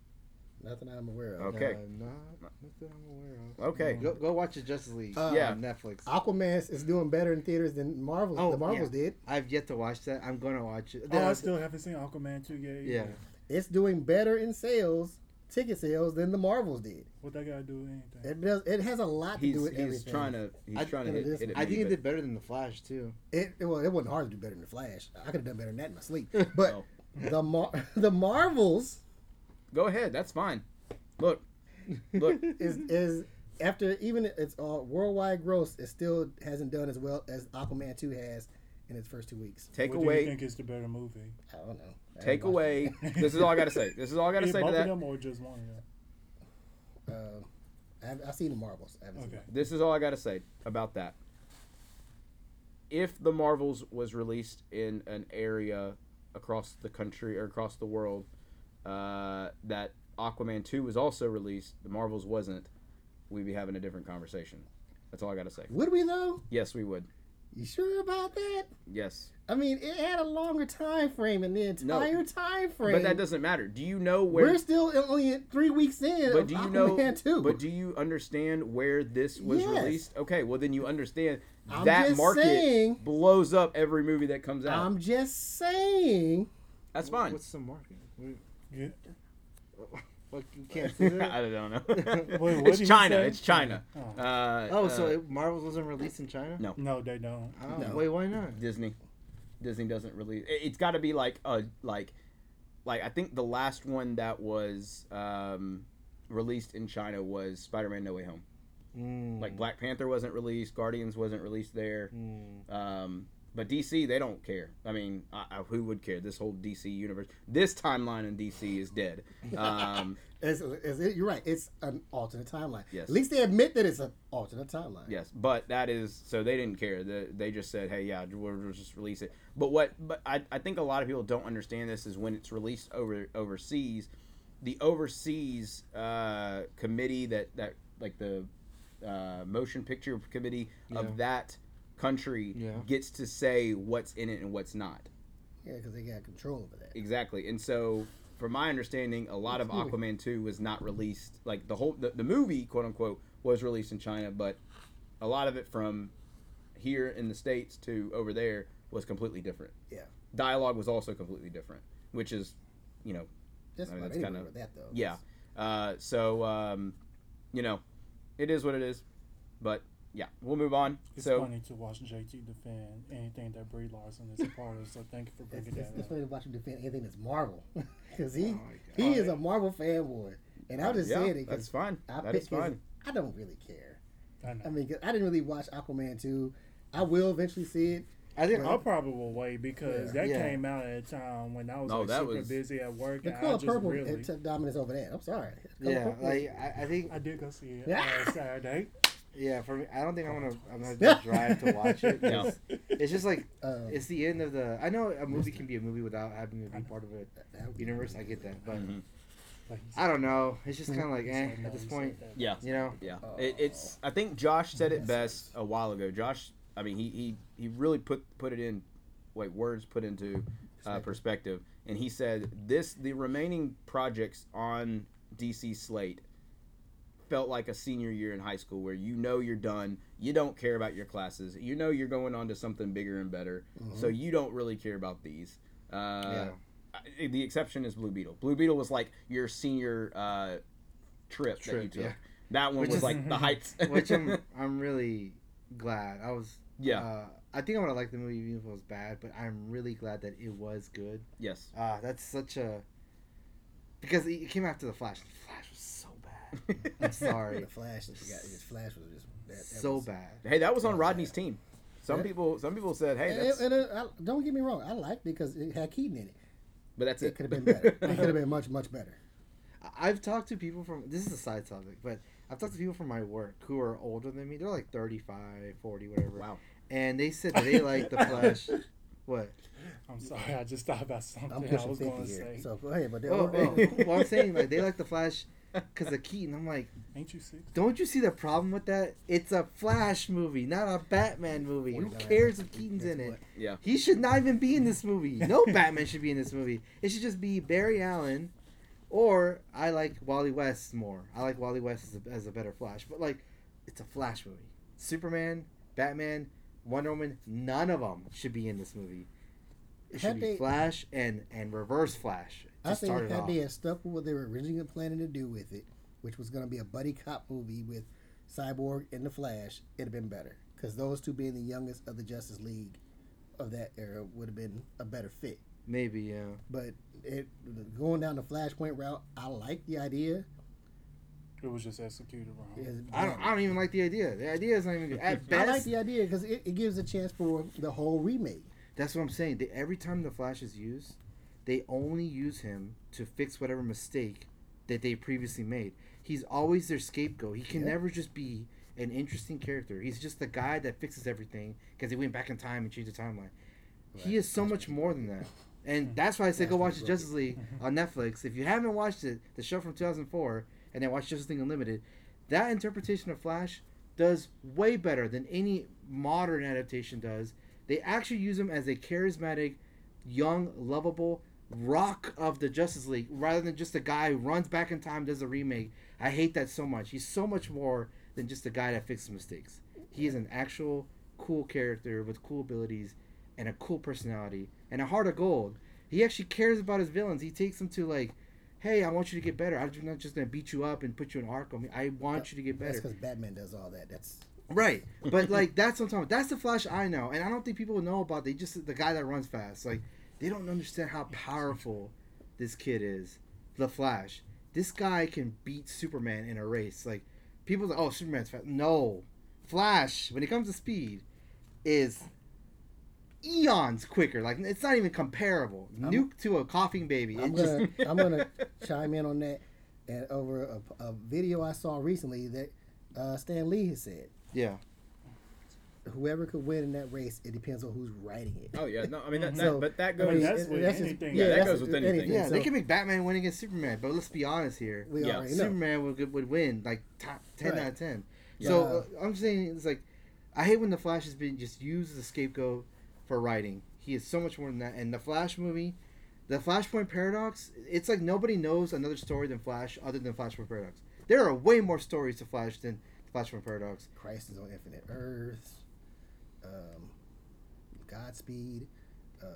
Speaker 4: Nothing I'm aware of.
Speaker 2: Okay.
Speaker 3: Uh, not, not that I'm aware of.
Speaker 2: Okay.
Speaker 3: Go, go watch the Justice League
Speaker 4: Uh,
Speaker 2: Yeah.
Speaker 3: on Netflix.
Speaker 4: Aquaman is doing better in theaters than Marvel.
Speaker 3: Oh,
Speaker 4: the Marvels
Speaker 3: yeah.
Speaker 4: did.
Speaker 3: I've yet to watch that. I'm gonna watch it.
Speaker 5: Oh,
Speaker 3: Yeah,
Speaker 5: I still haven't seen Aquaman 2 yet.
Speaker 3: yeah.
Speaker 5: either.
Speaker 4: It's doing better in sales, ticket sales, than the Marvels did.
Speaker 5: What they gotta do with anything?
Speaker 4: It does. It has a lot to
Speaker 2: He's
Speaker 4: do with
Speaker 2: he's
Speaker 4: everything.
Speaker 2: trying to he's
Speaker 3: I-
Speaker 2: trying to
Speaker 4: it
Speaker 2: hit,
Speaker 4: is-
Speaker 2: hit it.
Speaker 3: I think
Speaker 2: me,
Speaker 3: it
Speaker 2: but-
Speaker 3: did better than the Flash too.
Speaker 4: It, it- well, it wasn't hard to do better than the Flash. I could have done better than that in my sleep. But
Speaker 2: Oh.
Speaker 4: the Mar- the Marvels
Speaker 2: Go ahead. That's fine. Look, look.
Speaker 4: is is after even its uh, worldwide gross, it still hasn't done as well as Aquaman two has in its first two weeks.
Speaker 2: Take
Speaker 5: what do you
Speaker 2: away.
Speaker 5: think is the better movie?
Speaker 4: I don't know. I
Speaker 2: Take
Speaker 4: haven't watched
Speaker 2: away. This is all I gotta say. This is all I gotta
Speaker 5: Yeah,
Speaker 2: say
Speaker 5: both
Speaker 2: to
Speaker 5: of
Speaker 2: that.
Speaker 5: them or just one of them?
Speaker 4: it. Uh, I've, I've seen the Marvels. I haven't seen
Speaker 5: Okay.
Speaker 4: it.
Speaker 2: This is all I gotta say about that. If the Marvels was released in an area across the country or across the world uh, that Aquaman two was also released, the Marvels wasn't, we'd be having a different conversation. That's all I gotta say.
Speaker 4: Would we though?
Speaker 2: Yes, we would.
Speaker 4: You sure about that?
Speaker 2: Yes,
Speaker 4: I mean, it had a longer time frame in the
Speaker 2: No.
Speaker 4: entire time frame.
Speaker 2: but that doesn't matter. Do you know where?
Speaker 4: We're still in- only at three weeks in.
Speaker 2: But
Speaker 4: of
Speaker 2: do you know?
Speaker 4: Aquaman 2.
Speaker 2: But do you understand where this was
Speaker 4: Yes.
Speaker 2: released? Okay, well then you understand
Speaker 4: I'm
Speaker 2: that
Speaker 4: just
Speaker 2: market
Speaker 4: saying-
Speaker 2: blows up every movie that comes out.
Speaker 4: I'm just saying.
Speaker 2: That's fine.
Speaker 3: What's the market? We-
Speaker 5: Yeah.
Speaker 3: Like you can't see
Speaker 2: I
Speaker 3: that.
Speaker 2: don't know.
Speaker 5: Wait, what did
Speaker 2: it's
Speaker 5: you
Speaker 2: China.
Speaker 5: say?
Speaker 2: It's China.
Speaker 5: Oh.
Speaker 2: Uh,
Speaker 3: Oh, so
Speaker 2: uh,
Speaker 3: it, Marvels wasn't released in China?
Speaker 2: No.
Speaker 5: No, they don't.
Speaker 3: Oh,
Speaker 4: No.
Speaker 3: Wait, why not?
Speaker 2: Disney, Disney doesn't release. It, it's got to be like a like, like I think the last one that was um, released in China was Spider-Man: No Way Home.
Speaker 3: Mm.
Speaker 2: Like Black Panther wasn't released. Guardians wasn't released there.
Speaker 3: Mm.
Speaker 2: Um, but DC, they don't care. I mean, I, I, who would care? This whole DC universe, this timeline in DC is dead. Um,
Speaker 4: It's, it's, it, you're right. It's an alternate timeline.
Speaker 2: Yes.
Speaker 4: At least they admit that it's an alternate timeline.
Speaker 2: yes, but that is so they didn't care. The, they just said, "Hey, yeah, we'll, we'll just release it." But what? But I, I think a lot of people don't understand this is when it's released over overseas, the overseas uh, committee that that like the uh, motion picture committee
Speaker 3: Yeah.
Speaker 2: of that country
Speaker 3: Yeah.
Speaker 2: gets to say what's in it and what's not.
Speaker 4: Yeah, because they got control over that.
Speaker 2: Exactly. And so, from my understanding, a lot of Aquaman 2 was not released. Like, the whole, the, the movie, quote unquote, was released in China, but a lot of it from here in the States to over there was completely different.
Speaker 4: Yeah.
Speaker 2: Dialogue was also completely different, which is, you know,
Speaker 4: That's
Speaker 2: I mean,
Speaker 4: about
Speaker 2: that's
Speaker 4: anywhere
Speaker 2: kinda-
Speaker 4: with that though.
Speaker 2: yeah. Uh, so, um, you know, it is what it is. But, yeah, we'll move on.
Speaker 5: It's
Speaker 2: so,
Speaker 5: funny to watch JT defend anything that Brie Larson is a part of. So thank you for
Speaker 4: It's,
Speaker 5: bringing
Speaker 4: it's, it's
Speaker 5: that up.
Speaker 4: funny to watch him defend anything that's Marvel, because he
Speaker 3: my
Speaker 4: he is a Marvel fanboy, and I'll just
Speaker 2: yeah,
Speaker 4: say it
Speaker 2: that's
Speaker 4: because
Speaker 2: fine.
Speaker 4: I
Speaker 2: That
Speaker 4: pick
Speaker 2: is
Speaker 4: his-
Speaker 2: fine.
Speaker 4: I don't really care.
Speaker 5: I know.
Speaker 4: I mean, 'cause I didn't really watch Aquaman two. I will eventually see it.
Speaker 3: I think
Speaker 5: I probably will wait because
Speaker 4: Yeah.
Speaker 5: that
Speaker 3: Yeah.
Speaker 5: came out at a time when I was
Speaker 2: No,
Speaker 5: like,
Speaker 2: that
Speaker 5: super
Speaker 2: was-
Speaker 5: busy at work.
Speaker 4: The
Speaker 5: and I
Speaker 4: color
Speaker 5: just
Speaker 4: purple
Speaker 5: really,
Speaker 4: it took dominance over that. I'm sorry. Color
Speaker 3: yeah,
Speaker 4: Purple-
Speaker 3: like I, I think
Speaker 5: I did go see it
Speaker 4: Yeah.
Speaker 5: uh, Saturday.
Speaker 3: yeah for me, I don't think I'm gonna I'm gonna drive to watch it. 'cause It's just like
Speaker 4: Um,
Speaker 3: it's the end of the. I know a movie can be a movie without having to be part of a
Speaker 4: that- Mm-hmm. that-
Speaker 3: universe. I get that, but
Speaker 2: Mhm.
Speaker 5: Like,
Speaker 3: I don't know. It's just kind of like eh
Speaker 5: like, no,
Speaker 3: at this
Speaker 5: you
Speaker 3: point,
Speaker 5: said that.
Speaker 2: yeah.
Speaker 3: you know.
Speaker 2: Yeah, it, it's. I think Josh said it best a while ago. Josh, I mean, he he, he really put put it in, like words put into uh, perspective, and he said this: the remaining projects on DC slate felt like a senior year in high school where you know you're done, you don't care about your classes, you know you're going on to something bigger and better, so you don't really care about these. Uh,
Speaker 3: Mm-hmm. Yeah.
Speaker 2: I- The exception is Blue Beetle. Blue Beetle was like your senior uh, trip, that you
Speaker 3: Trip,
Speaker 2: took.
Speaker 3: yeah.
Speaker 2: That one
Speaker 3: Which
Speaker 2: was
Speaker 3: is-
Speaker 2: like the heights.
Speaker 3: Which I'm I'm really glad. I was
Speaker 2: yeah.
Speaker 3: Uh, I think I would have liked the movie even if it was bad, but I'm really glad that it was good.
Speaker 2: yes.
Speaker 3: Ah, that's such a because it it came after the Flash. The Flash was so bad. I'm sorry,
Speaker 4: The Flash, that you got, his Flash was just that, that
Speaker 3: so
Speaker 4: was-
Speaker 3: bad.
Speaker 2: hey, that was on Rodney's team. Some
Speaker 4: Yeah.
Speaker 2: people, some people said, "Hey,
Speaker 4: And,
Speaker 2: that's,"
Speaker 4: and, uh, I- don't get me wrong, I liked it because it had Keaton in it.
Speaker 2: but that's
Speaker 4: It
Speaker 2: it.
Speaker 4: could have been better. it could have been much, much better.
Speaker 3: I- I've talked to people from this is a side topic, but I've talked to people from my work who are older than me. They're like 35, 40, whatever.
Speaker 2: wow.
Speaker 3: And they said they like the Flash. What?
Speaker 5: I'm sorry. I just thought about something
Speaker 4: I'm
Speaker 5: I
Speaker 4: pushing
Speaker 5: was
Speaker 4: fifty
Speaker 5: going to
Speaker 4: here,
Speaker 5: say.
Speaker 4: so go ahead. But the
Speaker 3: Oh,
Speaker 4: overall-
Speaker 3: oh, well, I'm saying like they like the Flash because of Keaton. I'm like,
Speaker 5: Ain't you sick?
Speaker 3: Don't you see the problem with that? It's a Flash movie, not a Batman movie. Who
Speaker 4: 49.
Speaker 3: cares if Keaton's in it?
Speaker 2: Yeah.
Speaker 3: He should not even be in this movie. No Batman should be in this movie. It should just be Barry Allen, or I like Wally West more. I like Wally West as a, as a better Flash, but like, it's a Flash movie. Superman, Batman, Wonder Woman, none of them should be in this movie. It should
Speaker 4: Had
Speaker 3: be
Speaker 4: they-
Speaker 3: Flash and and Reverse Flash. To
Speaker 4: I
Speaker 3: start
Speaker 4: think
Speaker 3: it
Speaker 4: had
Speaker 3: off.
Speaker 4: they had stuck with what they were originally planning to do with it, which was going to be a buddy cop movie with Cyborg and the Flash, it'd have been better. Because those two being the youngest of the Justice League of that era would have been a better fit.
Speaker 3: Maybe yeah.
Speaker 4: But it going down the Flashpoint route, I like the idea.
Speaker 5: It was just executed wrong.
Speaker 4: It's
Speaker 3: I don't.
Speaker 4: bad.
Speaker 3: I don't even like the idea. The idea is not even good. At
Speaker 4: I
Speaker 3: best,
Speaker 4: like the idea because it, it gives a chance for the whole remake.
Speaker 3: That's what I'm saying. They, every time the Flash is used, they only use him to fix whatever mistake that they previously made. He's always their scapegoat. He can
Speaker 4: Yeah.
Speaker 3: never just be an interesting character. He's just the guy that fixes everything because he went back in time and changed the timeline. He is so much more than that. And that's why I say go watch the Justice League on Netflix. If you haven't watched it, the show from 2004, and then watch Justice League Unlimited, that interpretation of Flash does way better than any modern adaptation does. They actually use him as a charismatic, young, lovable rock of the Justice League rather than just a guy who runs back in time, does a remake. I hate that so much. He's so much more than just a guy that fixes mistakes. He is an actual cool character with cool abilities and a cool personality and a heart of gold. He actually cares about his villains. He takes them to like, hey, I want you to get better. I'm not just gonna beat you up and put you in Arkham. I want you to get
Speaker 4: That's
Speaker 3: better.
Speaker 4: because Batman does all that. That's
Speaker 3: Right, but like that's what I'm talking about. That's the Flash I know, and I don't think people know about. They just the guy that runs fast. Like they don't understand how powerful this kid is. The Flash. This guy can beat Superman in a race. Like people, like, oh Superman's fast. No, Flash. When it comes to speed, is eons quicker. Like it's not even comparable. Nuke to a coughing baby. It
Speaker 4: I'm
Speaker 3: just
Speaker 4: gonna I'm gonna chime in on that and over a, a video I saw recently that uh, Stan Lee has said.
Speaker 3: yeah.
Speaker 4: Whoever could win in that race, it depends on who's riding it.
Speaker 2: Oh yeah, no, I
Speaker 3: Mm-hmm.
Speaker 2: mean that, that
Speaker 4: So-
Speaker 2: but that
Speaker 5: I
Speaker 2: goes.
Speaker 5: mean, that's
Speaker 4: it-
Speaker 5: with
Speaker 4: that's just-
Speaker 5: anything.
Speaker 4: yeah,
Speaker 2: that
Speaker 4: that's
Speaker 2: goes with
Speaker 4: just
Speaker 2: anything.
Speaker 3: Yeah,
Speaker 4: so
Speaker 3: they can make Batman win against Superman, but let's be honest here.
Speaker 4: we
Speaker 2: yeah,
Speaker 4: already know.
Speaker 3: Superman would would, would win like top ten
Speaker 4: Right.
Speaker 3: out of ten. So uh, I'm saying it's like I hate when the Flash has been just used as a scapegoat for writing. He is so much more than that. And the Flash movie, the Flashpoint Paradox, it's like nobody knows another story than Flash other than Flashpoint Paradox. There are way more stories to Flash than Flashpoint Paradox.
Speaker 4: Crisis on Infinite Earth, um, Godspeed. Um,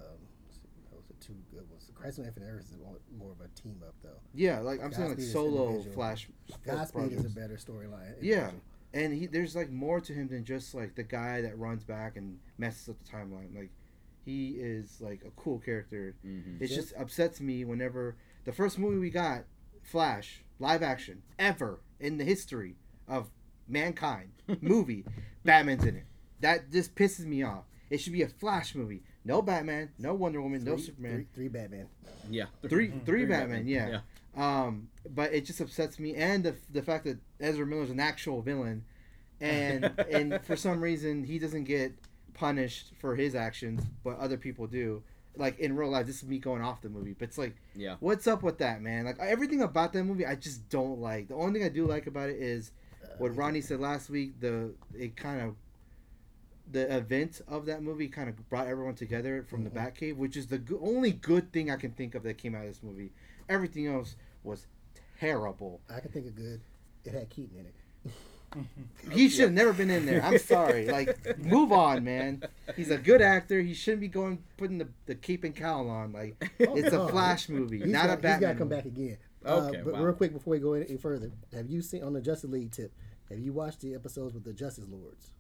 Speaker 4: those are two good ones. Crisis on Infinite Earth is more, more of a team up though.
Speaker 3: Yeah, like I'm saying like
Speaker 4: Godspeed is
Speaker 3: solo
Speaker 4: individual.
Speaker 3: Flash.
Speaker 4: Godspeed
Speaker 3: projects.
Speaker 4: is a better storyline.
Speaker 3: Yeah, and he, there's like more to him than just like the guy that runs back and messes up the timeline. Like, he is like a cool character.
Speaker 2: Mhm.
Speaker 3: It just upsets me whenever the first movie we got, Flash, live action ever in the history of mankind movie, Batman's in it. That just pisses me off. It should be a Flash movie. No Batman, no Wonder Woman, no
Speaker 4: Three-
Speaker 3: Superman.
Speaker 4: Three, three Batman.
Speaker 2: Yeah,
Speaker 3: Three, Mm-hmm. three Batman, yeah. Um, but it just upsets me, and the the fact that Ezra Miller's an actual villain, and and for some reason he doesn't get punished for his actions, but other people do. Like in real life, this is me going off the movie, but it's like,
Speaker 2: Yeah.
Speaker 3: what's up with that, man? Like everything about that movie, I just don't like. The only thing I do like about it is what Ronnie said last week. The it kind of the event of that movie kind of brought everyone together from
Speaker 4: Mm-hmm.
Speaker 3: the Batcave, which is the go- only good thing I can think of that came out of this movie. Everything else was terrible.
Speaker 4: I can think of good. It had Keaton in it.
Speaker 3: He should have never been in there. I'm sorry. Like, move on, man. He's a good actor. He shouldn't be going putting the, the cape and cowl on. Like, it's a
Speaker 4: God.
Speaker 3: Flash movie,
Speaker 4: Oh, He's
Speaker 3: not
Speaker 4: gotta,
Speaker 3: a
Speaker 4: He's got
Speaker 3: Batman.
Speaker 4: to come
Speaker 3: movie.
Speaker 4: back again.
Speaker 2: Okay,
Speaker 4: uh, but
Speaker 2: wow.
Speaker 4: real quick before we go any further, have you seen on the Justice League tip? Have you watched the episodes with the Justice Lords?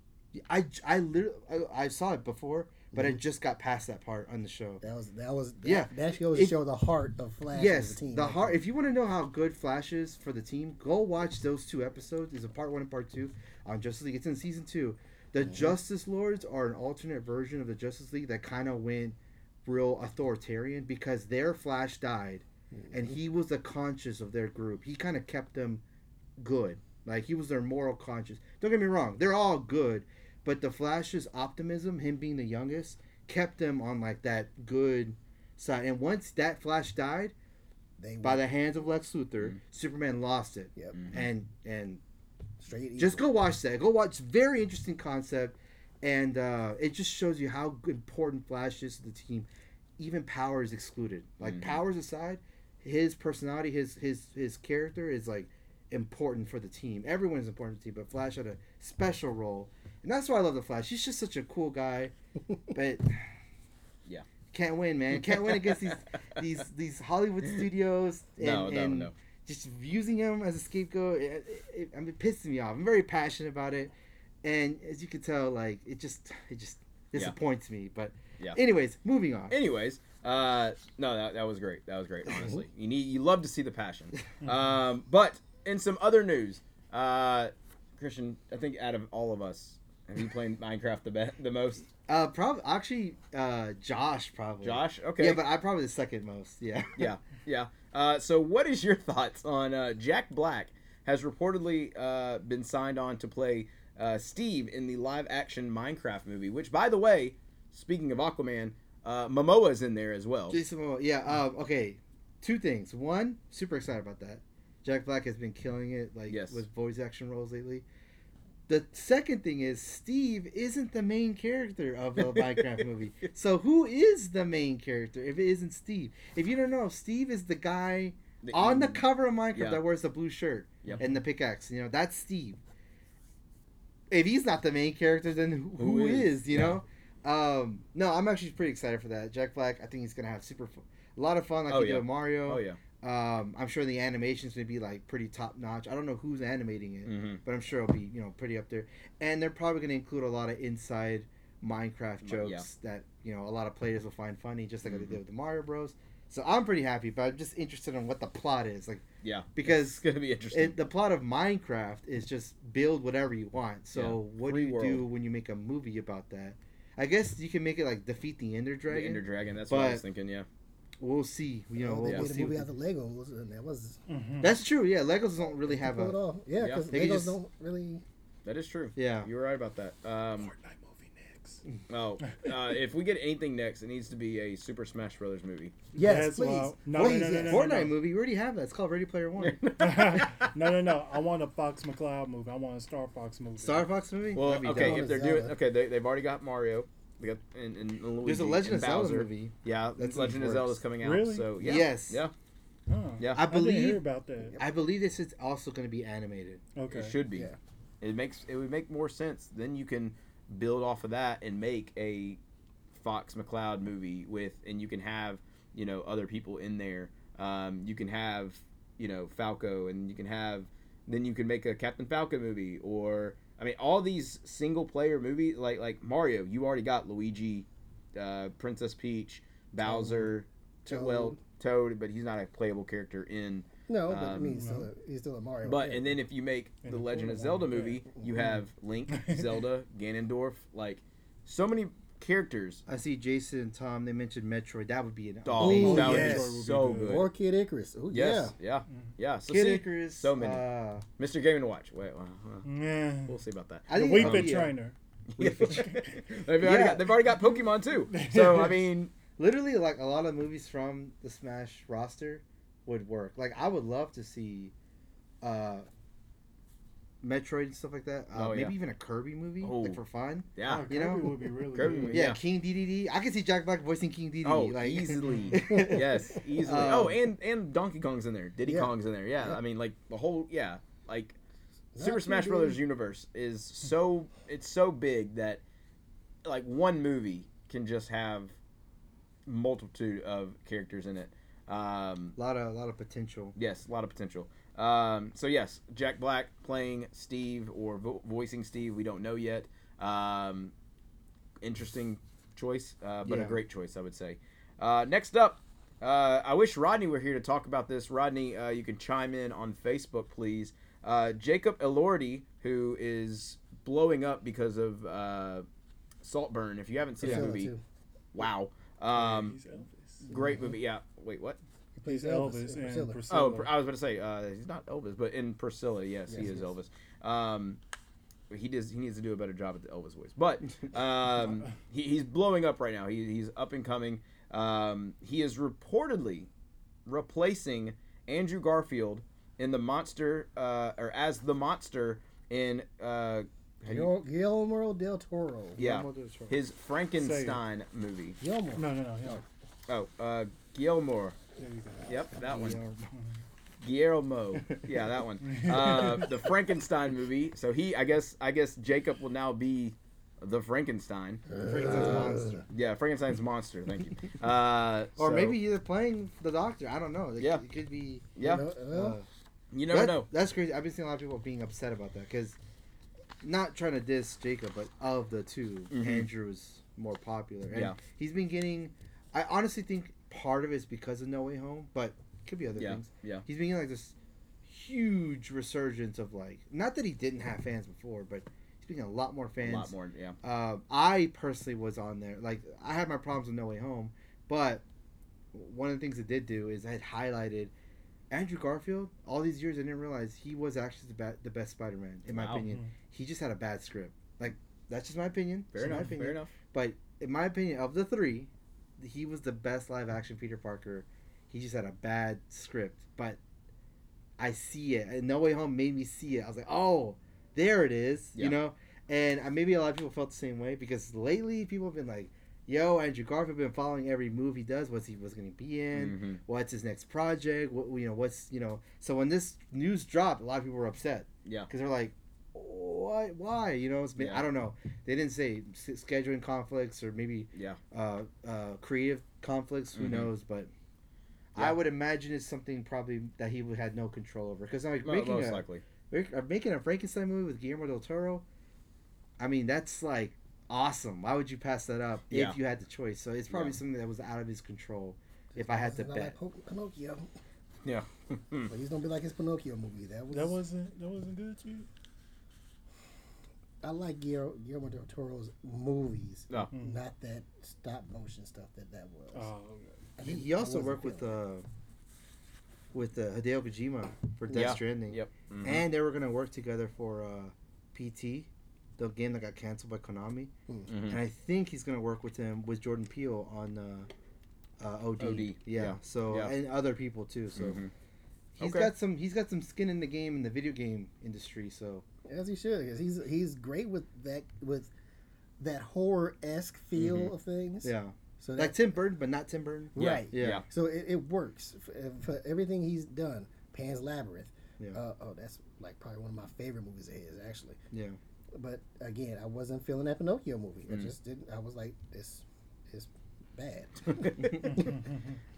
Speaker 3: I I literally I, I saw it before, but
Speaker 4: Mm-hmm.
Speaker 3: I just got past that part on the show.
Speaker 4: That was that was
Speaker 3: Yeah.
Speaker 4: That, that goes
Speaker 3: It-
Speaker 4: to show the heart of Flash
Speaker 3: Yes,
Speaker 4: as a team.
Speaker 3: the
Speaker 4: right
Speaker 3: heart.
Speaker 4: there.
Speaker 3: If you want to know how good Flash is for the team, go watch those two episodes. There's a part one and part two on Justice League. It's in season two. The
Speaker 4: Mm-hmm.
Speaker 3: Justice Lords are an alternate version of the Justice League that kind of went real authoritarian because their Flash died, and
Speaker 4: Mm-hmm.
Speaker 3: he was the conscience of their group. He kind of kept them good. Like he was their moral conscience. Don't get me wrong, they're all good, but the Flash's optimism, him being the youngest, kept them on like that good side. And once that Flash died,
Speaker 4: they
Speaker 3: by
Speaker 4: went
Speaker 3: the hands of Lex Luthor, Superman lost it.
Speaker 4: Yep.
Speaker 3: And and
Speaker 4: straight E. evil.
Speaker 3: just go watch that. Go watch. It's a very interesting concept, and uh, it just shows you how important Flash is to the team. Even powers excluded. Like powers aside, his personality, his his his character is like important for the team. Everyone is important to the team, but Flash had a special role, and that's why I love the Flash. He's just such a cool guy, but.
Speaker 2: Yeah.
Speaker 3: Can't win, man. Can't win against these these these Hollywood studios and,
Speaker 2: No, no,
Speaker 3: and
Speaker 2: no.
Speaker 3: just using him as a scapegoat. It, it, it, I mean, it pisses me off. I'm very passionate about it, and as you can tell, like it just it just disappoints me. But
Speaker 2: Yeah.
Speaker 3: Anyways, moving on.
Speaker 2: Anyways, uh, no, that, that was great. That was great.
Speaker 3: Mm-hmm.
Speaker 2: Honestly, you need you love to see the passion. Um, but in some other news, uh, Christian, I think out of all of us, have you played Minecraft the be- the most?
Speaker 3: Uh, probably actually, uh, Josh probably.
Speaker 2: Josh, okay,
Speaker 3: Yeah, but I probably the second most. Yeah.
Speaker 2: yeah, yeah. Uh, so, what is your thoughts on uh, Jack Black has reportedly uh, been signed on to play uh, Steve in the live-action Minecraft movie? Which, by the way, speaking of Aquaman, uh, Momoa's in there as well.
Speaker 3: Jason Momoa. Yeah. Um, okay. Two things. One, super excited about that. Jack Black has been killing it, like
Speaker 2: Yes.
Speaker 3: with voice action roles lately. The second thing is Steve isn't the main character of a Minecraft movie. So who is the main character if it isn't Steve? If you don't know, Steve is the guy
Speaker 2: The-
Speaker 3: on the cover of Minecraft
Speaker 2: Yeah.
Speaker 3: that wears the blue shirt
Speaker 2: Yep.
Speaker 3: and the pickaxe. You know, that's Steve. If he's not the main character, then who,
Speaker 2: Who
Speaker 3: who
Speaker 2: is?
Speaker 3: is? you know, um, no, I'm actually pretty excited for that. Jack Black, I think he's gonna have super, fu- a lot of fun like
Speaker 2: Oh,
Speaker 3: he
Speaker 2: yeah.
Speaker 3: did with Mario.
Speaker 2: Oh yeah.
Speaker 3: Um, I'm sure the animations would be like pretty top notch. I don't know who's animating it,
Speaker 2: Mm-hmm.
Speaker 3: but I'm sure it'll be you know pretty up there. And they're probably gonna include a lot of inside Minecraft
Speaker 2: Mi- yeah.
Speaker 3: jokes that you know a lot of players will find funny, just like
Speaker 2: Mhm.
Speaker 3: they did with the Mario Bros. So I'm pretty happy, but I'm just interested in what the plot is like
Speaker 2: Yeah.
Speaker 3: because
Speaker 2: It's gonna be interesting.
Speaker 3: it, the plot of Minecraft is just build whatever you want. So
Speaker 2: Yeah.
Speaker 3: what
Speaker 2: Free
Speaker 3: do you
Speaker 2: world.
Speaker 3: do when you make a movie about that? I guess you can make it like defeat the Ender
Speaker 2: the
Speaker 3: Dragon.
Speaker 2: Ender Dragon. That's what I
Speaker 3: but-
Speaker 2: was thinking. Yeah.
Speaker 3: We'll see. You know,
Speaker 4: Oh,
Speaker 3: we'll,
Speaker 4: they
Speaker 3: we'll
Speaker 4: made a
Speaker 3: see.
Speaker 4: movie
Speaker 3: what-
Speaker 4: out of Legos, and that was
Speaker 5: Mhm.
Speaker 3: That's true. Yeah, Legos don't really have
Speaker 4: pulled
Speaker 3: a.
Speaker 4: off. Yeah,
Speaker 2: Yeah.
Speaker 4: because
Speaker 3: They
Speaker 4: Legos
Speaker 3: could just-
Speaker 4: don't really.
Speaker 2: That is true.
Speaker 3: Yeah.
Speaker 2: You were right about that. Um,
Speaker 5: Fortnite movie next.
Speaker 2: oh, uh, if we get anything next, it needs to be a Super Smash Brothers movie.
Speaker 4: Yes,
Speaker 5: That's
Speaker 4: please.
Speaker 5: wild. No,
Speaker 4: please,
Speaker 5: no, no, no,
Speaker 4: yes.
Speaker 5: no,
Speaker 3: Fortnite movie, you already have that. It's called Ready Player One.
Speaker 5: no, no, no. I want a Fox McCloud movie. I want a Star Fox movie.
Speaker 3: Star Fox movie?
Speaker 2: Well,
Speaker 3: That'd be
Speaker 2: okay,
Speaker 4: dope.
Speaker 2: if they're
Speaker 4: Zelda.
Speaker 2: doing okay, they, they've already got Mario. They got and, and Luigi
Speaker 3: There's a Legend of
Speaker 2: and
Speaker 3: Zelda
Speaker 2: Bowser.
Speaker 3: movie.
Speaker 2: Yeah,
Speaker 3: That's in
Speaker 2: Legend
Speaker 3: the
Speaker 2: of Zelda's
Speaker 3: works.
Speaker 2: coming out.
Speaker 5: Really?
Speaker 2: So yeah,
Speaker 3: Yes.
Speaker 2: yeah,
Speaker 5: Huh.
Speaker 2: yeah.
Speaker 3: I
Speaker 5: I didn't hear
Speaker 3: believe.
Speaker 5: about that.
Speaker 3: I believe this is also going to be animated.
Speaker 5: Okay.
Speaker 2: It should be.
Speaker 4: Yeah.
Speaker 2: It makes it would make more sense. Then you can build off of that and make a Fox McCloud movie with, and you can have you know other people in there. Um, you can have you know Falco, and you can have then you can make a Captain Falco movie, or I mean all these single player movies like like Mario. You already got Luigi, uh, Princess Peach, Bowser, to, well Toad, but he's not a playable character in
Speaker 4: No, but I
Speaker 2: Um,
Speaker 4: mean, he's still,
Speaker 5: No.
Speaker 4: a, he's still a Mario.
Speaker 2: but
Speaker 4: yeah.
Speaker 2: and then if you make
Speaker 5: And
Speaker 2: the
Speaker 5: the
Speaker 2: Legend of Zelda
Speaker 5: Florida one, yeah.
Speaker 2: movie, you have Link, Zelda, Ganondorf, like so many characters.
Speaker 3: I see Jason and Tom. They mentioned Metroid. That would be an
Speaker 2: Oh,
Speaker 3: amazing-
Speaker 2: that
Speaker 5: yes.
Speaker 2: would be so
Speaker 5: Would be
Speaker 2: good.
Speaker 5: good.
Speaker 4: or Kid Icarus. Ooh,
Speaker 2: Yes, yeah, yeah. So
Speaker 3: Kid
Speaker 2: see,
Speaker 3: Icarus.
Speaker 2: so many.
Speaker 3: uh,
Speaker 2: Mr. Game and Watch. Wait, well, uh,
Speaker 5: Yeah.
Speaker 2: we'll see about that.
Speaker 3: I
Speaker 5: The
Speaker 3: think
Speaker 5: Wee
Speaker 3: um,
Speaker 5: Fit
Speaker 3: yeah.
Speaker 5: Trainer.
Speaker 2: they've, already
Speaker 3: Yeah.
Speaker 2: got, they've already got Pokemon too. So I mean,
Speaker 3: literally like a lot of movies from the smash roster would work like i would love to see uh metroid and stuff like that
Speaker 2: Oh,
Speaker 3: uh, maybe
Speaker 2: yeah.
Speaker 3: even a kirby movie
Speaker 2: Oh.
Speaker 3: like for fun
Speaker 2: yeah,
Speaker 3: Ah, You know?
Speaker 5: Kirby would be really
Speaker 2: Kirby
Speaker 5: good.
Speaker 2: would-
Speaker 3: yeah,
Speaker 2: Yeah.
Speaker 3: king ddd i could see jack black voicing king ddd
Speaker 2: Oh,
Speaker 3: like
Speaker 2: easily. yes, easily.
Speaker 3: Um,
Speaker 2: oh, and and Donkey Kong's in there. Diddy
Speaker 4: Yeah.
Speaker 2: Kong's in there. Yeah, I mean, like the whole yeah, like Super
Speaker 4: Not
Speaker 2: Smash
Speaker 4: too
Speaker 2: Brothers
Speaker 4: big.
Speaker 2: universe is so it's so big that like one movie can just have multitude of characters in it. Um,
Speaker 3: a lot of a lot of potential
Speaker 2: yes, a lot of potential. Um, so yes, Jack Black playing Steve or vo- voicing Steve, we don't know yet. Um, interesting choice, uh, but a
Speaker 3: Yeah.
Speaker 2: great choice, I would say. Uh, next up, uh, I wish Rodney were here to talk about this. Rodney, uh, you can chime in on Facebook, please. Uh, Jacob Elordi, who is blowing up because of uh, Saltburn. If you haven't seen
Speaker 4: He's
Speaker 2: that
Speaker 4: Zelda,
Speaker 2: movie,
Speaker 4: too.
Speaker 2: wow, um,
Speaker 5: He's Elvis.
Speaker 2: great movie. Yeah, wait, what?
Speaker 4: He plays
Speaker 5: He's
Speaker 4: Elvis,
Speaker 5: Elvis,
Speaker 4: in
Speaker 5: and
Speaker 4: Priscilla.
Speaker 5: Priscilla.
Speaker 2: Oh, Pr- I was about to say uh, he's not Elvis, but in Priscilla, yes, he
Speaker 4: Yes,
Speaker 2: is
Speaker 4: yes.
Speaker 2: Elvis. Um, he does. He needs to do a better job at the Elvis voice. But um, he, he's blowing up right now. He, he's up and coming. Um, he is reportedly replacing Andrew Garfield in the monster, uh, or as the monster in. Uh, how do you-
Speaker 4: Guil- Guillermo del Toro.
Speaker 2: yeah,
Speaker 5: Guillermo del Toro.
Speaker 2: his Frankenstein movie.
Speaker 4: Guillermo. Uh,
Speaker 5: No, no, no. Yeah.
Speaker 2: Oh, uh, Gilmore.
Speaker 5: There you go.
Speaker 2: Yep, that one.
Speaker 3: Yeah.
Speaker 2: Guillermo. Yeah, that one. Uh, the Frankenstein movie. So he, I guess, I guess Jacob will now be the Frankenstein.
Speaker 3: Frankenstein's
Speaker 2: Uh,
Speaker 3: monster.
Speaker 2: Yeah, Frankenstein's monster. Thank you. Uh,
Speaker 3: or
Speaker 2: so,
Speaker 3: maybe you're playing the doctor i don't know it,
Speaker 2: Yeah.
Speaker 3: it could be
Speaker 2: yeah,
Speaker 4: No,
Speaker 3: uh,
Speaker 4: uh,
Speaker 2: you never
Speaker 3: That-
Speaker 2: know.
Speaker 3: That's crazy. I've been seeing a lot of people being upset about that because, not trying to diss Jacob, but of the 2
Speaker 2: Mhm.
Speaker 3: Andrew's more popular. And
Speaker 2: Yeah.
Speaker 3: he's been getting. I honestly think part of it is because of No Way Home, but could be other
Speaker 2: Yeah,
Speaker 3: things.
Speaker 2: yeah.
Speaker 3: He's been getting like this huge resurgence of like not that he didn't have fans before, but he's been getting a lot more fans.
Speaker 2: A lot more, yeah.
Speaker 3: Uh, I personally was on there. Like I had my problems with No Way Home, but one of the things it did do is I had highlighted Andrew Garfield. All these years, I didn't realize he was actually the, ba- the best Spider-Man in my
Speaker 2: Wow. Hmm.
Speaker 3: opinion. He just had a bad script. Like that's just my opinion.
Speaker 2: Fair
Speaker 3: Just my
Speaker 2: enough.
Speaker 3: opinion.
Speaker 2: Fair enough.
Speaker 3: But in my opinion, of the three, he was the best live action Peter Parker. He just had a bad script, but I see it. And No Way Home made me see it. I was like, oh, there it is,
Speaker 2: Yeah.
Speaker 3: you know. And uh, maybe a lot of people felt the same way because lately people have been like, yo, Andrew Garfield been following every move he does, what's he was going to be in,
Speaker 2: Mhm.
Speaker 3: what's his next project, what you know, what's you know. So when this news dropped, a lot of people were upset
Speaker 2: Yeah.
Speaker 3: because they're like, why? Why? You know, it's been,
Speaker 2: Yeah.
Speaker 3: I don't know. They didn't say s- scheduling conflicts or maybe
Speaker 2: Yeah.
Speaker 3: uh, uh, creative conflicts. Who
Speaker 2: Mhm.
Speaker 3: knows? But
Speaker 2: Yeah.
Speaker 3: I would imagine it's something probably that he would- had no control over. Because like
Speaker 2: Mo-
Speaker 3: making
Speaker 2: most
Speaker 3: a
Speaker 2: likely.
Speaker 3: make- uh, making a Frankenstein movie with Guillermo del Toro, I mean that's like awesome. Why would you pass that up
Speaker 2: Yeah.
Speaker 3: if you had the choice? So it's probably
Speaker 2: Yeah.
Speaker 3: something that was out of his control. If I had to
Speaker 4: It's not
Speaker 3: bet,
Speaker 4: like Pin- Pinocchio.
Speaker 2: Yeah. Mm-hmm.
Speaker 4: But he's gonna be like his Pinocchio movie. That was.
Speaker 5: That wasn't that wasn't good to you.
Speaker 4: I like Guillermo, Guillermo del Toro's movies,
Speaker 2: No.
Speaker 5: Mm.
Speaker 4: not that stop motion stuff that that was.
Speaker 5: Oh, okay.
Speaker 4: I
Speaker 3: he,
Speaker 4: didn't-
Speaker 3: he
Speaker 4: I
Speaker 3: also
Speaker 4: wasn't
Speaker 3: worked with
Speaker 4: feeling it.
Speaker 3: uh, with uh, Hideo Kojima for Death
Speaker 2: Yeah.
Speaker 3: Stranding.
Speaker 2: Yep. Mhm.
Speaker 4: Mm-hmm.
Speaker 3: and they were gonna work together for uh, PT, the game that got canceled by Konami.
Speaker 4: Mm.
Speaker 2: Mhm.
Speaker 3: And I think he's gonna work with him with Jordan Peele on uh, uh, OD.
Speaker 2: OD,
Speaker 3: Yeah.
Speaker 2: yeah,
Speaker 3: So
Speaker 2: yeah.
Speaker 3: and other people too. So
Speaker 2: Mhm.
Speaker 3: he's
Speaker 2: Okay.
Speaker 3: got some he's got some skin in the game in the video game industry. So
Speaker 4: As he should, 'cause he's he's great with that with that horror esque feel
Speaker 2: Mhm.
Speaker 4: of things.
Speaker 3: yeah,
Speaker 4: So
Speaker 3: like
Speaker 4: that,
Speaker 3: Tim Burton, but not Tim Burton.
Speaker 2: Yeah,
Speaker 4: right.
Speaker 3: Yeah.
Speaker 2: yeah.
Speaker 4: So it, it works for, for everything he's done. Pan's Labyrinth.
Speaker 3: Yeah.
Speaker 4: Uh, oh, that's like probably one of my favorite movies of his, actually.
Speaker 3: Yeah.
Speaker 4: But again, I wasn't feeling that Pinocchio movie. I
Speaker 2: Mm.
Speaker 4: just didn't. I was like, it's it's bad.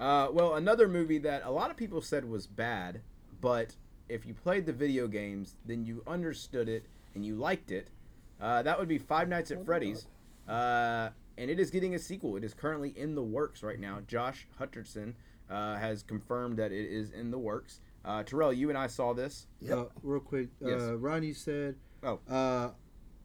Speaker 2: Uh, well, another movie that a lot of people said was bad, but if you played the video games, then you understood it and you liked it. Uh, that would be Five Nights at Freddy's, uh, and it is getting a sequel. It is currently in the works right now. Josh Hutcherson uh, has confirmed that it is in the works. Uh, Terrell, you and I saw this.
Speaker 4: Yep.
Speaker 3: Uh, real quick,
Speaker 2: Yes.
Speaker 3: uh, Ron, you said
Speaker 2: Oh,
Speaker 3: uh,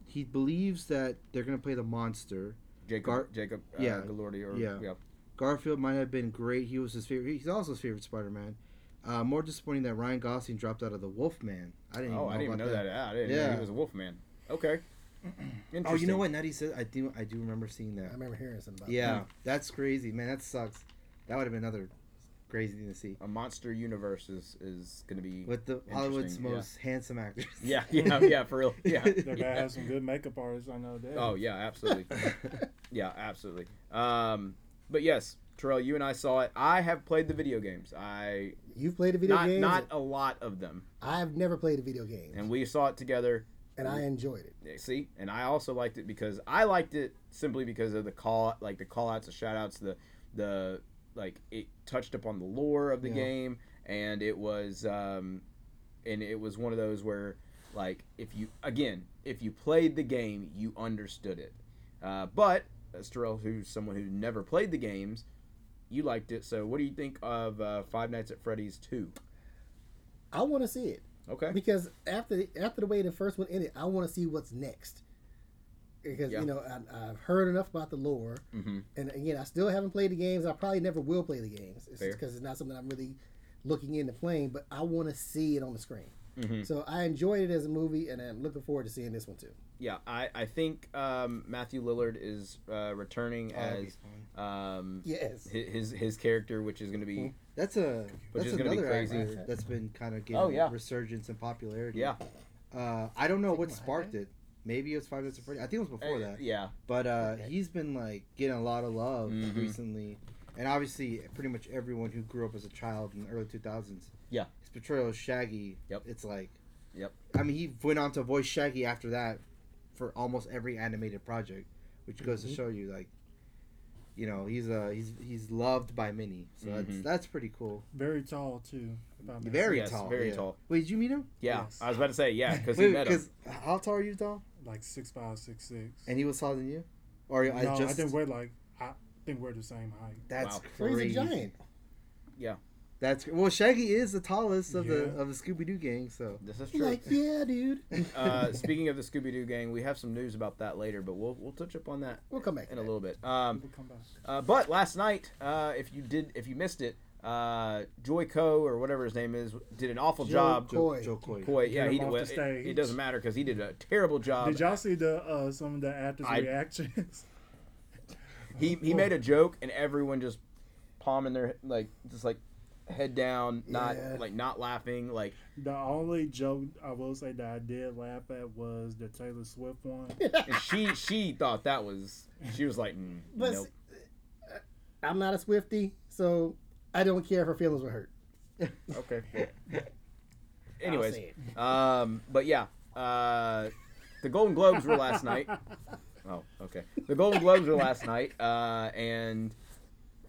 Speaker 3: he believes that they're gonna play the monster.
Speaker 2: Jacob,
Speaker 3: Gar-
Speaker 2: Jacob, uh,
Speaker 3: yeah,
Speaker 2: Galordi, or
Speaker 3: yeah. Garfield might have been great. He was his favorite. He's also his favorite Spider-Man. Uh, more disappointing that Ryan Gosling dropped out of the Wolfman. I didn't. Even
Speaker 2: Oh,
Speaker 3: know
Speaker 2: I didn't even
Speaker 3: about
Speaker 2: know that. Ah, I didn't know he
Speaker 3: Yeah.
Speaker 2: was a Wolfman. Okay. Interesting.
Speaker 3: Oh, you know what? Now that he said, I do. I do remember seeing
Speaker 4: I
Speaker 3: that.
Speaker 4: remember hearing something about
Speaker 3: Yeah, that's crazy, man. That sucks. That would have been another crazy thing to see
Speaker 2: A monster universe is is gonna be
Speaker 3: with the
Speaker 2: Interesting,
Speaker 3: Hollywood's
Speaker 2: yeah.
Speaker 3: most handsome actors.
Speaker 2: Yeah, yeah, yeah, for real. Yeah.
Speaker 5: That guy has some good makeup artists. I know that.
Speaker 2: Oh yeah, absolutely. yeah, absolutely. Um, but yes, Terrell, you and I saw it. I have played the video games. I
Speaker 4: that. You've played a video
Speaker 2: not
Speaker 4: game.
Speaker 2: not a lot of them,
Speaker 4: I've never played a video game,
Speaker 2: and
Speaker 4: and,
Speaker 2: we saw it together.
Speaker 4: I enjoyed it.
Speaker 2: Yeah, See, and I also liked it because I liked it simply because of the call, like the call outs, the shout outs, the the like it touched upon the lore of the
Speaker 3: Yeah.
Speaker 2: game, and it was um, and it was one of those where like if you again if you played the game you understood it, uh, but as Terrell, who's someone who never played the games, you liked it. So what do you think of uh, Five Nights at Freddy's Two?
Speaker 4: I want to see it.
Speaker 2: Okay,
Speaker 4: because after the, after the way the first one ended, I want to see what's next. Because
Speaker 2: Yeah.
Speaker 4: you know I, I've heard enough about the lore,
Speaker 2: Mhm.
Speaker 4: and again I still haven't played the games. I probably never will play the games
Speaker 2: Fair.
Speaker 4: because it's not something I'm really looking into playing. But I want to see it on the screen.
Speaker 2: Mm-hmm.
Speaker 4: So I enjoyed it as a movie, and I'm looking forward to seeing this one too.
Speaker 2: yeah, I I think um, Matthew Lillard is uh, returning
Speaker 3: that'd be
Speaker 2: as um,
Speaker 4: Yes,
Speaker 2: hi- his his character, which is going to be
Speaker 3: That's a
Speaker 2: Which
Speaker 3: that's
Speaker 2: is gonna be
Speaker 3: another
Speaker 2: crazy.
Speaker 3: actor that's been kind of getting
Speaker 2: Oh, yeah.
Speaker 3: resurgence and popularity.
Speaker 2: yeah
Speaker 3: Uh, I don't know what
Speaker 4: my
Speaker 3: sparked it. Maybe it was Five Nights at Freddy's. I think it was before
Speaker 2: Uh,
Speaker 3: that.
Speaker 2: yeah
Speaker 3: But uh, he's been like getting a lot of love
Speaker 2: Mhm.
Speaker 3: recently, and obviously, pretty much everyone who grew up as a child in the early two thousands.
Speaker 2: Yeah.
Speaker 3: his portrayal of Shaggy.
Speaker 2: Yep.
Speaker 3: It's like.
Speaker 2: Yep.
Speaker 3: I mean, he went on to voice Shaggy after that, for almost every animated project, which goes to
Speaker 2: Mm-hmm.
Speaker 4: Mhm.
Speaker 3: show you like, you know, he's uh he's he's loved by many, so that's
Speaker 2: Mhm.
Speaker 3: that's pretty cool.
Speaker 5: Very tall too. if I may
Speaker 3: Very
Speaker 5: say.
Speaker 2: Yes,
Speaker 3: tall.
Speaker 2: very
Speaker 3: yeah.
Speaker 2: tall.
Speaker 3: Wait, did you meet him?
Speaker 2: yeah.
Speaker 5: Yes.
Speaker 2: I was about to say yeah because he
Speaker 3: Wait,
Speaker 2: met him.
Speaker 3: how tall are you, Dom?
Speaker 5: Like six five, six six.
Speaker 3: And he was taller than you. Or I
Speaker 5: no, I
Speaker 3: just
Speaker 5: think we're like I think we're the same height.
Speaker 3: that's
Speaker 2: Wow.
Speaker 4: Where's
Speaker 3: crazy.
Speaker 4: a giant?
Speaker 2: Yeah,
Speaker 3: That's well, Shaggy is the tallest of the
Speaker 5: Yeah.
Speaker 3: of the Scooby Doo gang. So
Speaker 2: this is
Speaker 4: You're
Speaker 2: true.
Speaker 4: Like, yeah, dude.
Speaker 2: uh, speaking of the Scooby Doo gang, we have some news about that later, but we'll we'll touch up on that
Speaker 4: We'll come back.
Speaker 2: in a little bit. Um,
Speaker 5: We'll come back.
Speaker 2: uh, but last night, uh, if you did, if you missed it, uh, Joy Co or whatever his name is did an awful
Speaker 4: Joe
Speaker 2: job.
Speaker 4: Coy. Boy.
Speaker 3: Joe Coy.
Speaker 2: Coy, yeah,
Speaker 5: him
Speaker 2: he did,
Speaker 5: off
Speaker 2: well,
Speaker 5: the
Speaker 2: it,
Speaker 5: stage.
Speaker 2: it doesn't matter because he did a terrible job.
Speaker 5: Did y'all see the uh, some of the actors'
Speaker 2: Um, I-
Speaker 5: reactions?
Speaker 2: he he made a joke and everyone just palming their like just like head down, not
Speaker 4: Yeah.
Speaker 2: like not laughing, like
Speaker 5: The only joke I will say that I did laugh at was the Taylor Swift one.
Speaker 2: and she she thought that was she was like mm,
Speaker 4: But
Speaker 2: nope.
Speaker 4: s- I'm not a Swifty, so I don't care if her feelings were hurt.
Speaker 2: Okay.
Speaker 4: say
Speaker 2: Anyways, um, but yeah, uh, the Golden Globes were last night. Oh, okay. The Golden Globes were last night, uh, and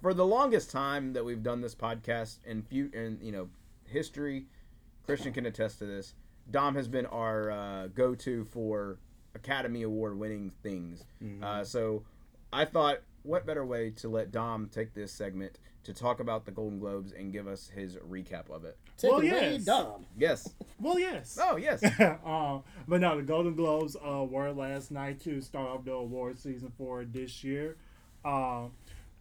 Speaker 2: for the longest time that we've done this podcast in few in you know history, Christian can attest to this. Dom has been our uh, go-to for Academy Award-winning things. Uh, so I thought, what better way to let Dom take this segment to talk about the Golden Globes and give us his recap of it?
Speaker 4: Take
Speaker 5: Well,
Speaker 4: it away,
Speaker 5: yes.
Speaker 4: Dom.
Speaker 2: Yes.
Speaker 5: Well, yes.
Speaker 2: Oh, yes.
Speaker 5: um, but no, the Golden Globes uh, were last night to start off the award season for this year. Um,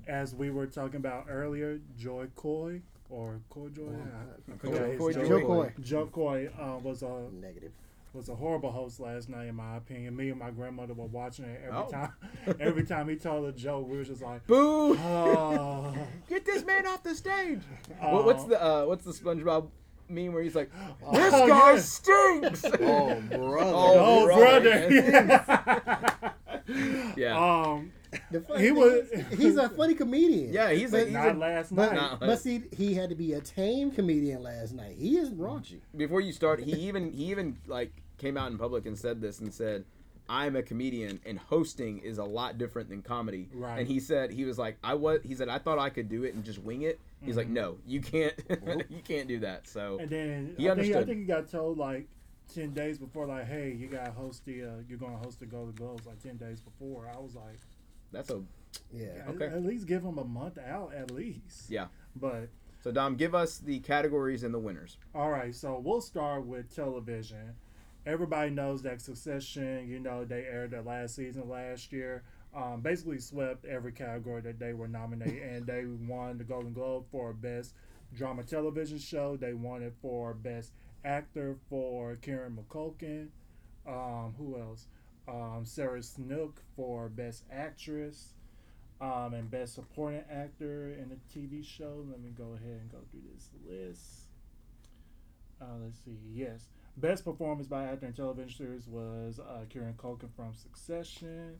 Speaker 5: as we were talking about earlier, Joy Coy or Coy Joy, I- I forgot his
Speaker 2: Coy
Speaker 5: name.
Speaker 4: Joy Coy.
Speaker 5: Joe Coy uh, was a
Speaker 4: Negative.
Speaker 5: was a horrible host last night, in my opinion. Me and my grandmother were watching it every
Speaker 2: Oh.
Speaker 5: time. every time he told a joke, we were just like,
Speaker 2: Boo!
Speaker 5: oh.
Speaker 2: Get this man off the stage. What, what's the uh, what's the SpongeBob meme where he's like, "This
Speaker 5: Oh,
Speaker 2: guy
Speaker 5: yeah.
Speaker 2: stinks."
Speaker 3: Oh brother.
Speaker 2: Oh,
Speaker 5: Oh, brother.
Speaker 2: yeah.
Speaker 5: um,
Speaker 4: The funny
Speaker 5: He
Speaker 4: thing
Speaker 5: was-
Speaker 4: is, he's a funny comedian.
Speaker 2: yeah, he's a,
Speaker 4: But
Speaker 2: he's
Speaker 5: not
Speaker 2: a
Speaker 5: last
Speaker 4: But,
Speaker 5: night.
Speaker 2: Nah.
Speaker 4: but see, he had to be a tame comedian last night. He is raunchy.
Speaker 2: before you start, he even he even like came out in public and said this and said, "I'm a comedian and hosting is a lot different than comedy."
Speaker 5: Right.
Speaker 2: And he said he was like, "I was." He said, "I thought I could do it and just wing it." He's like, "No, you can't. you can't do that." So
Speaker 5: Mm-hmm. And then
Speaker 2: He
Speaker 5: I, think, I
Speaker 2: understood.
Speaker 5: think he got told like ten days before, like, hey, you got to host the, uh, you're gonna host the Golden Globes like ten days before. I was like,
Speaker 2: that's a
Speaker 4: Yeah.
Speaker 5: at-
Speaker 2: Okay.
Speaker 5: at, least give him a month out, at least.
Speaker 2: yeah.
Speaker 5: But
Speaker 2: So Dom, give us the categories and the winners.
Speaker 5: all right, so we'll start with television. Everybody knows that Succession, you know, they aired their last season last year. Um, basically swept every category that they were nominated, and they won the Golden Globe for best drama television show. They won it for best actor for Karen McCulkin. Um, who else? Um, Sarah Snook for Best Actress um, and Best Supporting Actor in a TV show. Let me go ahead and go through this list. Uh, let's see. Yes, Best Performance by Actor in Television Series was uh, Kieran Culkin from Succession.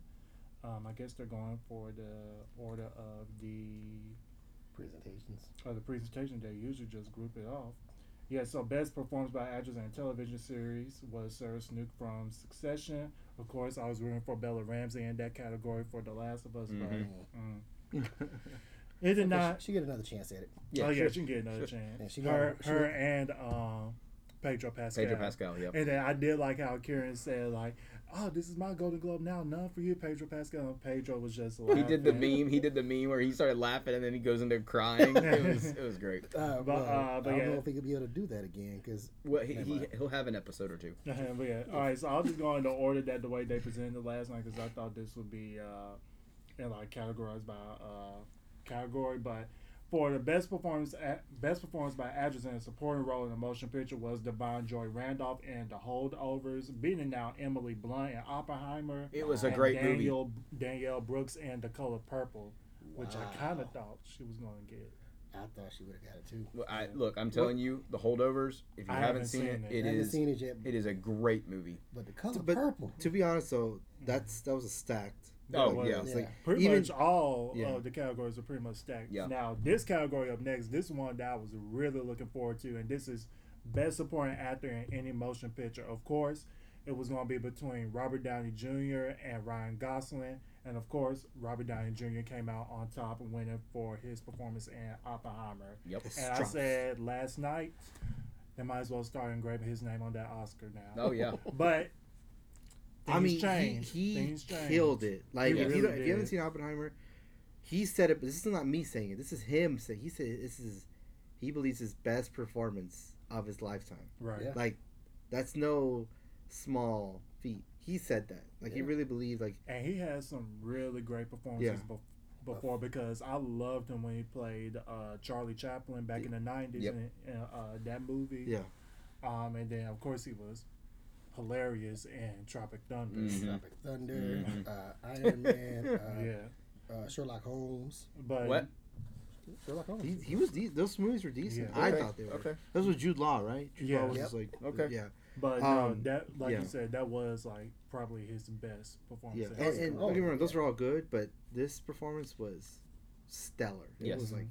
Speaker 5: Um, I guess they're going for the order of the
Speaker 4: Presentations.
Speaker 5: or the presentation, they usually just group it off. Yeah, so best performance by actress in a television series was Sarah Snook from Succession. Of course, I was rooting for Bella Ramsey in that category for The Last of Us. But, mm. It did not.
Speaker 4: She, she get another chance at it.
Speaker 2: Yeah,
Speaker 5: oh yeah,
Speaker 2: sure.
Speaker 5: she can get another
Speaker 2: sure.
Speaker 5: chance.
Speaker 4: Yeah, she got
Speaker 5: her,
Speaker 4: it. She
Speaker 5: her,
Speaker 4: got-
Speaker 5: and um, Pedro Pascal.
Speaker 2: Pedro Pascal. Yep.
Speaker 5: And then I did like how Kieran said like, "Oh, this is my Golden Globe now. None for you, Pedro Pascal." And Pedro was just like,
Speaker 2: He did the meme. He did the meme where he started laughing and then he goes in there crying. It was it was great.
Speaker 4: Uh,
Speaker 5: But,
Speaker 4: well,
Speaker 5: uh, but
Speaker 4: I don't
Speaker 5: yeah.
Speaker 4: know if he could be able to do that again because
Speaker 2: Well, he, he
Speaker 4: mind.
Speaker 2: he'll have an episode or two.
Speaker 5: Uh-huh, but yeah. All right, so I'll just go in the order that the way they presented last night because I thought this would be uh, and like categorized by uh, category. But for the best performance, a best performance by actress in a supporting role in a motion picture was Devon Joy Randolph in The Holdovers, beating out Emily Blunt in Oppenheimer.
Speaker 2: It was a
Speaker 5: and
Speaker 2: great movie.
Speaker 5: Daniel, movie. Danielle Brooks in The Color Purple, which I kind of thought she was going to get.
Speaker 4: I thought she would have got it too.
Speaker 2: Well, I, look, I'm telling you, the holdovers. If you
Speaker 5: I
Speaker 2: haven't,
Speaker 5: haven't
Speaker 2: seen,
Speaker 5: seen
Speaker 2: it,
Speaker 5: it.
Speaker 2: it
Speaker 4: I haven't
Speaker 2: is
Speaker 4: seen it yet,
Speaker 2: it is a great movie.
Speaker 4: but the color
Speaker 3: But-
Speaker 4: purple.
Speaker 3: To be honest though, that's that was a stacked.
Speaker 2: Oh,
Speaker 3: like,
Speaker 2: yeah.
Speaker 3: it's
Speaker 4: Yeah.
Speaker 3: like
Speaker 5: Pretty
Speaker 3: even
Speaker 5: much all
Speaker 3: yeah.
Speaker 5: of the categories are pretty much stacked.
Speaker 2: Yeah.
Speaker 5: Now this category up next, this one that I was really looking forward to, and this is best supporting actor in any motion picture. Of course, it was going to be between Robert Downey Jr. and Ryan Gosling, and of course, Robert Downey Jr. came out on top and winning for his performance in Oppenheimer.
Speaker 2: Yep.
Speaker 5: And I
Speaker 3: Strong.
Speaker 5: said last night, they might as well start engraving his name on that Oscar now.
Speaker 2: Oh yeah.
Speaker 5: But
Speaker 3: I mean,
Speaker 5: change.
Speaker 3: he,
Speaker 5: Things
Speaker 3: he
Speaker 5: change.
Speaker 3: killed it. Like,
Speaker 5: He
Speaker 3: if,
Speaker 5: really
Speaker 3: you don't, if
Speaker 5: did.
Speaker 3: you haven't seen Oppenheimer, he said it. But this is not me saying it. This is him saying. He said this is. He believes his best performance of his lifetime.
Speaker 5: Right.
Speaker 4: Yeah.
Speaker 3: Like, that's no small feat. He said that. Like, he
Speaker 4: Yeah.
Speaker 3: really believed. Like,
Speaker 5: And he has some really great performances bef- before because I loved him when he played uh, Charlie Chaplin back in the 90s
Speaker 3: Yep.
Speaker 5: in, in uh, that movie.
Speaker 3: yeah,
Speaker 5: Um, and then, of course, he was hilarious in Tropic Thunder.
Speaker 3: Mm.
Speaker 2: Mhm.
Speaker 3: mm-hmm.
Speaker 4: Tropic Thunder, uh, Iron Man, uh,
Speaker 5: Yeah.
Speaker 4: uh, Sherlock Holmes.
Speaker 5: But
Speaker 2: What?
Speaker 4: Sherlock Holmes.
Speaker 3: he, he was. De- those movies were decent.
Speaker 5: Yeah.
Speaker 3: I
Speaker 2: Okay,
Speaker 3: thought they were.
Speaker 2: okay.
Speaker 3: Those were Jude Law, right? Jude
Speaker 5: Yeah.
Speaker 3: Law was
Speaker 4: Yep.
Speaker 3: just like
Speaker 2: Okay.
Speaker 3: yeah,
Speaker 5: but no,
Speaker 3: Um,
Speaker 5: that like
Speaker 3: yeah.
Speaker 5: you said, that was like probably his best
Speaker 3: yeah.
Speaker 5: performance. in
Speaker 3: And,
Speaker 5: his
Speaker 3: and
Speaker 2: Oh,
Speaker 5: career.
Speaker 3: don't get me wrong, those are all good, but this performance was stellar. It
Speaker 2: Yes.
Speaker 3: was like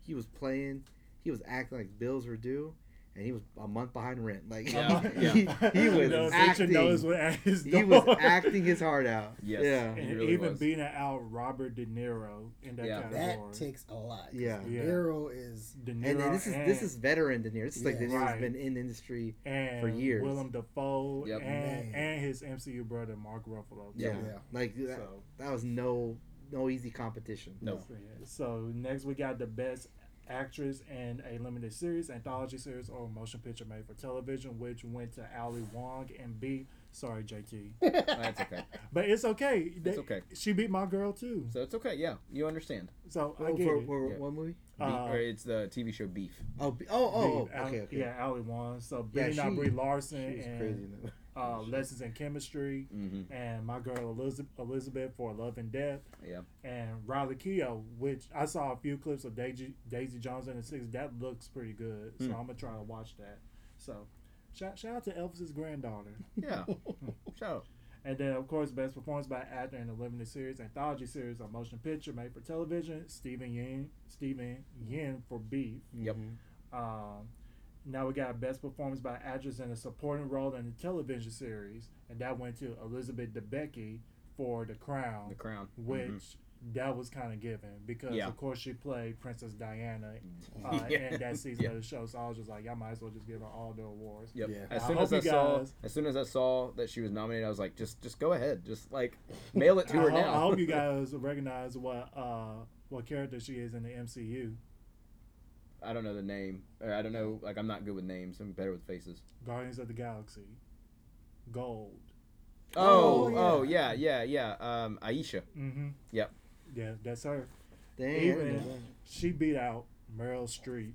Speaker 3: he was playing, he was acting like bills were due, and he was a month behind rent. Like
Speaker 2: Yeah.
Speaker 3: he, he
Speaker 5: You
Speaker 3: was
Speaker 5: know, Richard
Speaker 3: acting.
Speaker 5: Knows what at his
Speaker 3: he was
Speaker 5: door.
Speaker 3: acting his heart out.
Speaker 2: Yes.
Speaker 3: Yeah.
Speaker 5: And
Speaker 2: He really
Speaker 5: even
Speaker 2: was.
Speaker 5: being out Robert De Niro in that
Speaker 2: Yeah.
Speaker 4: that
Speaker 5: category.
Speaker 4: takes a lot. 'cause
Speaker 3: Yeah.
Speaker 5: Yeah.
Speaker 4: Nero is
Speaker 5: De Niro
Speaker 3: And, then this is this is veteran De Niro. This is like De
Speaker 4: Yeah.
Speaker 3: Niro's
Speaker 5: Right.
Speaker 3: been in the industry.
Speaker 5: and
Speaker 3: for years.
Speaker 5: Willem Dafoe
Speaker 2: Yep.
Speaker 5: and,
Speaker 4: Man.
Speaker 5: and his MCU brother Mark Ruffalo.
Speaker 3: Yeah.
Speaker 4: Yeah.
Speaker 3: Like that,
Speaker 5: So,
Speaker 3: that was no no easy competition.
Speaker 2: No.
Speaker 5: so, yeah. So next we got the best actress in a limited series, anthology series, or motion picture made for television, which went to Ali Wong and B. Sorry, JT,
Speaker 2: That's okay.
Speaker 5: but it's okay. They-
Speaker 2: okay.
Speaker 5: She beat my girl too,
Speaker 2: So it's okay. Yeah, you understand.
Speaker 5: so I
Speaker 3: Oh,
Speaker 5: get
Speaker 3: for,
Speaker 5: it.
Speaker 3: for
Speaker 2: Yeah.
Speaker 3: one movie?
Speaker 2: Beef,
Speaker 5: Uh,
Speaker 2: or it's the TV show Beef.
Speaker 3: Oh, b- oh, oh,
Speaker 5: Beat
Speaker 3: oh,
Speaker 5: Al-
Speaker 3: okay, okay.
Speaker 5: Yeah, Ali Wong. So
Speaker 3: Yeah,
Speaker 5: Betty
Speaker 3: she-
Speaker 5: yeah, Brie Larson
Speaker 3: She was
Speaker 5: and
Speaker 3: crazy. in that movie.
Speaker 5: uh, Lessons in Chemistry,
Speaker 2: Mm-hmm.
Speaker 5: and my girl Elizabeth, Elizabeth for Love and Death.
Speaker 2: Yeah.
Speaker 5: and Riley Keough, which I saw a few clips of Daisy, Daisy Jones and the Six. That looks pretty good, so
Speaker 2: Hmm.
Speaker 5: I'm gonna try to watch that. So, shout, shout out to Elvis's granddaughter,
Speaker 2: Yeah. Shout out.
Speaker 5: and then of course, best performance by actor in a limited series, anthology series, or motion picture made for television. Stephen Yin, Stephen Yin for Beef.
Speaker 2: Yep.
Speaker 3: Mhm.
Speaker 2: Mm-hmm.
Speaker 5: Um, now we got best performance by actress in a supporting role in a television series, and that went to Elizabeth Debicki for The Crown
Speaker 2: The Crown.
Speaker 5: which
Speaker 2: Mhm.
Speaker 5: that was kind of given because
Speaker 2: Yeah.
Speaker 5: of course she played Princess Diana uh,
Speaker 2: Yeah.
Speaker 5: in that season
Speaker 2: Yeah.
Speaker 5: of the show. So I was just like, y'all might as well just give her all the awards.
Speaker 2: Yep.
Speaker 3: Yeah.
Speaker 2: As
Speaker 5: I
Speaker 2: soon
Speaker 5: hope
Speaker 2: as I
Speaker 5: you
Speaker 2: saw,
Speaker 5: guys-
Speaker 2: as soon as I saw that she was nominated, I was like, just, just go ahead, just like mail it to her
Speaker 5: I, ho-
Speaker 2: now.
Speaker 5: I hope you guys recognize what uh, what character she is in the MCU,
Speaker 2: I don't know the name, or I don't know. Like, I'm not good with names. I'm better with faces.
Speaker 5: Guardians of the Galaxy, Gold.
Speaker 2: Oh,
Speaker 4: Oh,
Speaker 2: oh,
Speaker 4: yeah.
Speaker 2: yeah, yeah, yeah. Um, Aisha.
Speaker 5: Mm-hmm.
Speaker 2: Yep.
Speaker 5: Yeah, that's her.
Speaker 3: Dang, I didn't know
Speaker 5: Even she beat out Meryl Streep.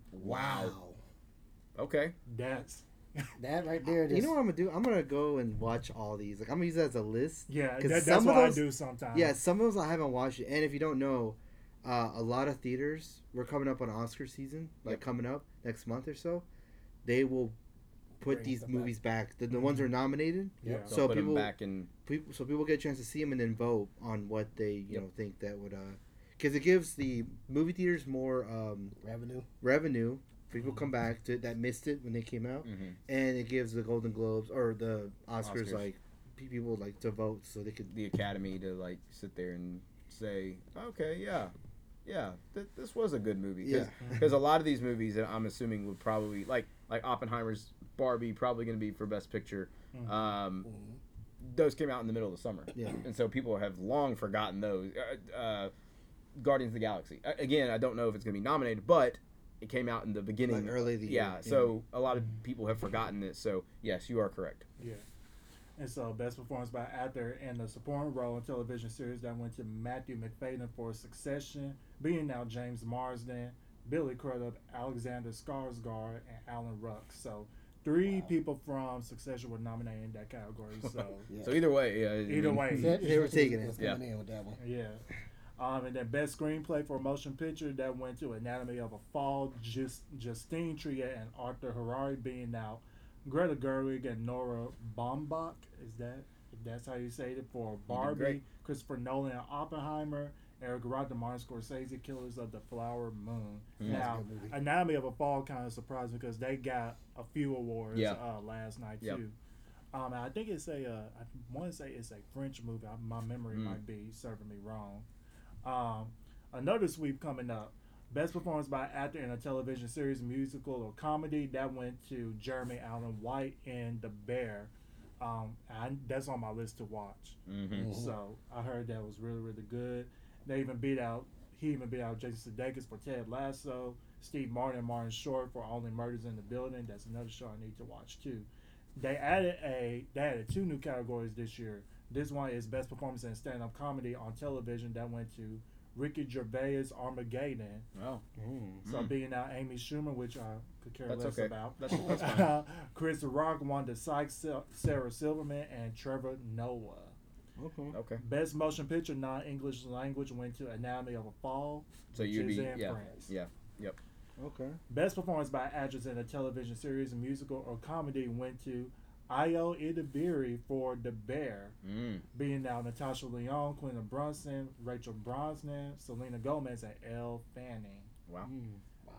Speaker 2: Okay.
Speaker 5: That's
Speaker 4: That right there.
Speaker 3: that.
Speaker 4: Just,
Speaker 3: You know what I'm gonna do? I'm gonna go and watch all these. Like I'm gonna use that as a list.
Speaker 5: yeah.
Speaker 3: 'Cause
Speaker 5: That, that's
Speaker 3: some of
Speaker 5: what
Speaker 3: those-
Speaker 5: I do sometimes.
Speaker 3: Yeah, some of those I haven't watched. yet. And if you don't know, uh, a lot of theaters we're coming up on Oscar season, like
Speaker 2: Yep.
Speaker 3: coming up next month or so. They will put
Speaker 4: Bring
Speaker 3: these
Speaker 4: stuff Mm-hmm.
Speaker 3: movies back. The, the ones that are nominated,
Speaker 5: Yeah.
Speaker 2: So
Speaker 3: So
Speaker 2: put 'em
Speaker 3: people-
Speaker 2: back in.
Speaker 3: people, so people get a chance to see them and then vote on what they you
Speaker 2: Yep.
Speaker 3: know think that would. Because it gives the movie theaters more um,
Speaker 4: revenue.
Speaker 3: revenue. for People come
Speaker 4: Mm-hmm.
Speaker 3: back to that missed it when they came out.
Speaker 2: hmm
Speaker 3: and it gives the Golden Globes or the Oscars,
Speaker 2: Oscars.
Speaker 3: like pe- people like to vote so they could.
Speaker 2: The Academy to like sit there and say, okay, yeah, yeah, th- this was a good movie. Cause,
Speaker 3: Yeah. Mm-hmm.
Speaker 2: Because a lot of these movies that I'm assuming would probably like like Oppenheimer's Barbie probably going to be for Best Picture.
Speaker 5: Mhm.
Speaker 2: Um, those came out in the middle of the summer.
Speaker 3: Yeah.
Speaker 2: And so people have long forgotten those. Uh, uh, Guardians of the Galaxy. A- Again, I don't know if it's going to be nominated, but it came out in the beginning.
Speaker 3: Like early of the
Speaker 2: yeah,
Speaker 3: year,
Speaker 2: So a lot of
Speaker 5: Mm-hmm.
Speaker 2: people have forgotten it. So yes, you are correct.
Speaker 5: Yeah. And so, best performance by actor in a supporting role in television series that went to Matthew McFadden for Succession, being now James Marsden, Billy Crudup, Alexander Skarsgård, and Alan Ruck. So, three people from Succession were nominated in that category. So,
Speaker 4: Yeah.
Speaker 2: So either way, yeah, mm-hmm. I
Speaker 5: either
Speaker 2: mean,
Speaker 5: way,
Speaker 4: That
Speaker 3: They were
Speaker 4: is
Speaker 3: taking it.
Speaker 4: what's
Speaker 2: Yeah.
Speaker 4: coming in with that one.
Speaker 5: yeah. Um, and then best screenplay for a motion picture that went to Anatomy of a Fall, Just Justine Triet and Arthur Harari being now Greta Gerwig and Nora Baumbach. Is that if that's how you say it for Barbie,
Speaker 2: great.
Speaker 5: Christopher Nolan and Oppenheimer, Eric Roth, Martin Scorsese, Killers of the Flower Moon. Now,
Speaker 4: good movie.
Speaker 5: Anatomy of a Fall kind of surprised me because they got a few awards
Speaker 2: Yeah.
Speaker 5: uh, last night
Speaker 2: Yep.
Speaker 5: too. Um, and I think it's a, uh, I want to say it's a French movie. I, my
Speaker 2: Mm.
Speaker 5: memory might be serving me wrong. Um, another sweep coming up. Best performance by actor in a television series, musical, or comedy. That went to Jeremy Allen White in The Bear. Um, and that's on my list to watch.
Speaker 2: Mm-hmm.
Speaker 5: So I heard that was really, really good. They even beat out he even beat out Jason Sudeikis for Ted Lasso, Steve Martin and Martin Short for Only Murders in the Building. That's another show I need to watch too. They added a they added two new categories this year. This one is best performance in stand up comedy on television that went to Ricky Gervais Armageddon.
Speaker 2: Oh,
Speaker 5: So being out Amy Schumer, which I could care
Speaker 2: That's
Speaker 5: less
Speaker 2: okay.
Speaker 5: about.
Speaker 2: That's- that's
Speaker 5: Chris Rock, Wanda Sykes, Sil- Sarah Silverman, and Trevor Noah.
Speaker 3: Okay.
Speaker 2: okay.
Speaker 5: Best motion picture non-English language went to Anatomy of a Fall.
Speaker 2: So
Speaker 5: which
Speaker 2: you'd
Speaker 5: is
Speaker 2: be
Speaker 5: in
Speaker 2: yeah,
Speaker 5: France.
Speaker 2: yeah, yep.
Speaker 3: Okay.
Speaker 5: Best performance by actress in a television series, musical, or comedy went to Ayo Idibiri for The Bear,
Speaker 2: Mm.
Speaker 5: being now Natasha Leon, Quinta Brunson, Rachel Brosnan, Selena Gomez, and Elle Fanning.
Speaker 2: Wow.
Speaker 3: Mm.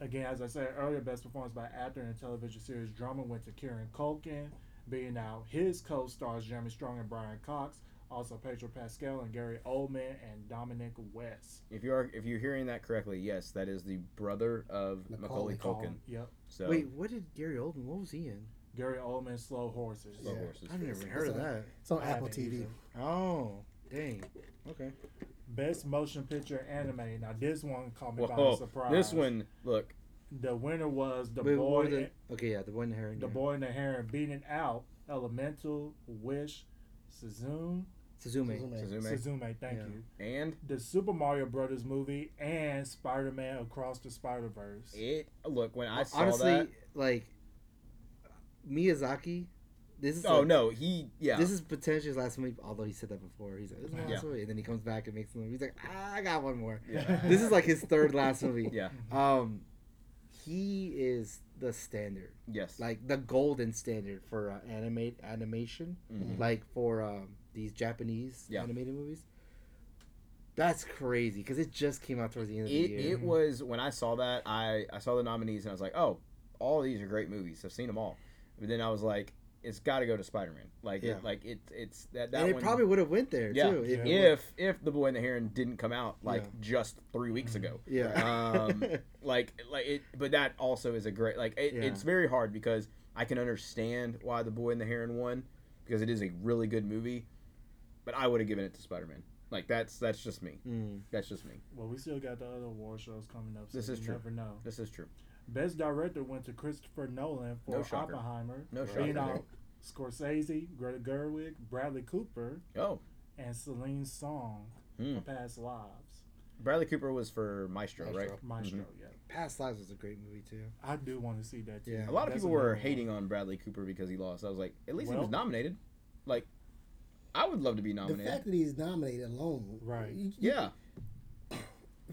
Speaker 5: Again, as I said earlier, best performance by actor in a television series drama went to Kieran Culkin, being now his co-stars Jeremy Strong and Brian Cox, also Pedro Pascal and Gary Oldman and Dominic West.
Speaker 2: If you are if you're hearing that correctly, yes, that is the brother of Macaulay,
Speaker 4: Macaulay
Speaker 2: Culkin.
Speaker 5: Yep.
Speaker 2: So
Speaker 3: Wait, what did Gary Oldman? What was he in?
Speaker 5: Gary Oldman, Slow Horses.
Speaker 2: Slow
Speaker 4: Yeah.
Speaker 2: horses.
Speaker 3: I've never even heard of that.
Speaker 4: It's on
Speaker 5: I
Speaker 4: Apple
Speaker 5: haven't
Speaker 4: TV.
Speaker 5: either.
Speaker 3: Oh, dang. Okay.
Speaker 5: Best motion picture anime. Now this one caught me by
Speaker 2: Whoa, oh,
Speaker 5: surprise.
Speaker 2: this one, look,
Speaker 5: The winner was the
Speaker 3: Wait, what
Speaker 5: boy.
Speaker 3: were the- okay, yeah, the boy in the hair.
Speaker 5: The boy and the heron beating out Elemental, Wish, Suzume,
Speaker 3: Suzume.
Speaker 2: Suzume,
Speaker 5: Suzume. Thank
Speaker 3: Yeah.
Speaker 5: you.
Speaker 2: and
Speaker 5: the Super Mario Brothers movie and Spider Man Across the Spider Verse.
Speaker 2: it. Look, when I saw
Speaker 3: Honestly,
Speaker 2: that,
Speaker 3: like Miyazaki. This is
Speaker 2: oh
Speaker 3: like-
Speaker 2: no, he, yeah,
Speaker 3: This is potentially his last movie, although he said that before. He's like, this is my last
Speaker 2: Yeah.
Speaker 3: movie. And then he comes back and makes another movie. He's like, ah, I got one more.
Speaker 2: yeah,
Speaker 3: This is like his third last movie.
Speaker 2: yeah,
Speaker 3: Um, he is the standard,
Speaker 2: yes,
Speaker 3: like the golden standard for uh, animate animation,
Speaker 2: Mhm.
Speaker 3: like for um, these Japanese
Speaker 2: Yeah.
Speaker 3: animated movies. That's crazy because it just came out towards the end of
Speaker 2: it,
Speaker 3: the year.
Speaker 2: it was when I saw that I, I saw the nominees and I was like, oh, all these are great movies. I've seen them all. But then I was like, it's got to go to Spider Man. Like
Speaker 3: Yeah.
Speaker 2: it, like it, it's that that
Speaker 3: and it
Speaker 2: one,
Speaker 3: probably would have went there
Speaker 2: yeah.
Speaker 3: too.
Speaker 5: Yeah.
Speaker 3: If,
Speaker 5: it
Speaker 2: If if the boy in the heron didn't come out like
Speaker 3: Yeah. Mm-hmm.
Speaker 2: just three weeks ago.
Speaker 3: yeah.
Speaker 2: um, like like it but that also is a great like it,
Speaker 3: Yeah.
Speaker 2: it's very hard because i can understand why the boy and the heron won because it is a really good movie but i would have given it to spider-man like that's that's just me
Speaker 3: Mm.
Speaker 2: that's just me
Speaker 5: Well, we still got the other award shows coming up, so
Speaker 2: This
Speaker 5: you
Speaker 2: is true.
Speaker 5: never know.
Speaker 2: this is true
Speaker 5: Best director went to Christopher Nolan for
Speaker 2: No shocker.
Speaker 5: Oppenheimer.
Speaker 2: no
Speaker 3: Right.
Speaker 2: shot
Speaker 5: You know, Scorsese, Greta Gerwig, Bradley Cooper,
Speaker 2: oh
Speaker 5: and Celine Song
Speaker 2: Hmm.
Speaker 5: for Past Lives.
Speaker 2: bradley cooper was for maestro,
Speaker 3: Maestro.
Speaker 2: right Mm-hmm.
Speaker 5: Maestro, yeah.
Speaker 3: Past Lives was a great movie too.
Speaker 5: I do want to see that too.
Speaker 3: Yeah.
Speaker 2: a lot of
Speaker 5: That's
Speaker 2: people were
Speaker 5: another
Speaker 2: hating on bradley cooper because he lost i was like at least he
Speaker 5: Well-
Speaker 2: was nominated like i would love to be
Speaker 4: The
Speaker 2: nominated
Speaker 4: fact that he's nominated alone,
Speaker 5: Right.
Speaker 4: you- you-
Speaker 2: yeah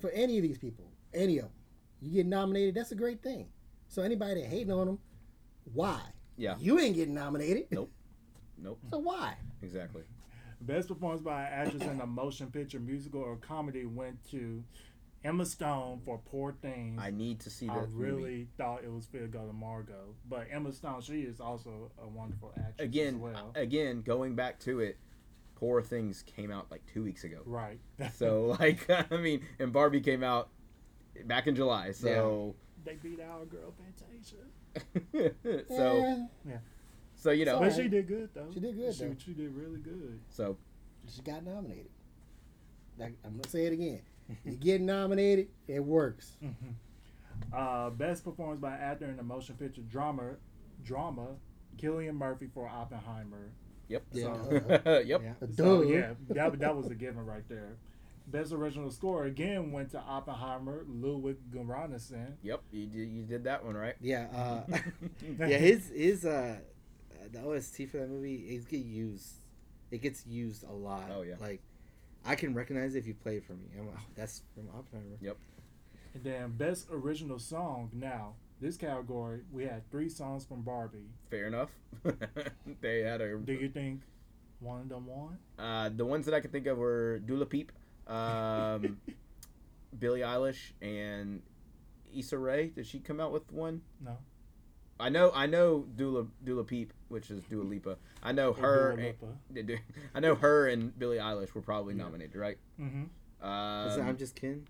Speaker 4: For any of these people, any of them, you get nominated. That's a great thing. So anybody that hating on him, why?
Speaker 2: Yeah.
Speaker 4: You ain't getting nominated.
Speaker 2: Nope. Nope.
Speaker 4: So why?
Speaker 2: exactly
Speaker 5: Best performance by an actress in a motion picture, musical, or comedy went to Emma Stone for Poor Things.
Speaker 2: i need to see that
Speaker 5: I really
Speaker 2: movie.
Speaker 5: thought it was fair to go to Margot, but Emma Stone, she is also a wonderful actress
Speaker 2: again,
Speaker 5: as well.
Speaker 2: again, going back to it, Poor Things came out like two weeks ago.
Speaker 5: right.
Speaker 2: So like, I mean, and Barbie came out back in July. So,
Speaker 5: they beat our girl Fantasia.
Speaker 2: so,
Speaker 4: Eh,
Speaker 2: so you know,
Speaker 5: But
Speaker 4: Alright.
Speaker 5: she did good though.
Speaker 4: She did good,
Speaker 5: She,
Speaker 4: though.
Speaker 5: she did really good.
Speaker 2: so
Speaker 4: she got nominated. Like, I'm gonna say it again. You get nominated, it works.
Speaker 5: Mm, Uh, best performance by actor in a motion picture drama, drama, Killian Murphy for Oppenheimer.
Speaker 2: yep,
Speaker 3: Yeah.
Speaker 2: yep,
Speaker 3: Yeah.
Speaker 5: So,
Speaker 4: Duh.
Speaker 5: yeah, that, that was a given right there. Best original score again went to Oppenheimer, Ludwig Göransson.
Speaker 2: yep. You did, you did that one right.
Speaker 3: Yeah, uh, yeah. His his uh, the OST for that movie it get used. It gets used a lot.
Speaker 2: Oh, yeah.
Speaker 3: Like, I can recognize it if you play it for me. I'm like, oh, that's from Oppenheimer.
Speaker 5: And then best original song. Now this category we had three songs from Barbie.
Speaker 2: Fair enough. they had a
Speaker 5: Do you think one of them won?
Speaker 2: uh, the ones that I could think of were Dula Peep, um, Billie Eilish, and Issa Rae. Did she come out with one?
Speaker 5: No.
Speaker 2: I know, I know Dula Dula Peep, which is Dua Lipa. I know her. and- I know her and Billie Eilish were probably nominated, right?
Speaker 5: Mm-hmm.
Speaker 3: Is it I'm
Speaker 2: Um,
Speaker 3: just kidding.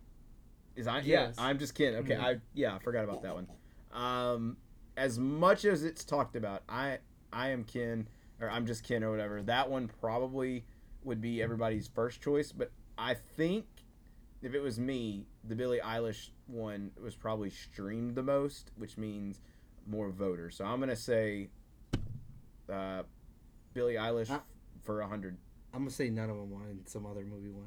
Speaker 2: is I,
Speaker 5: Yes.
Speaker 2: Yeah, I'm just kidding. Okay,
Speaker 5: Mhm.
Speaker 2: I yeah, I forgot about that one. Um, as much as it's talked about, I I am Ken or I'm Just Ken or whatever, that one probably would be everybody's first choice. But I think if it was me, the Billie Eilish one was probably streamed the most, which means more voters. So I'm gonna say uh, Billie Eilish
Speaker 3: I-
Speaker 2: for a hundred.
Speaker 3: I'm gonna say none of them won. Some other movie won.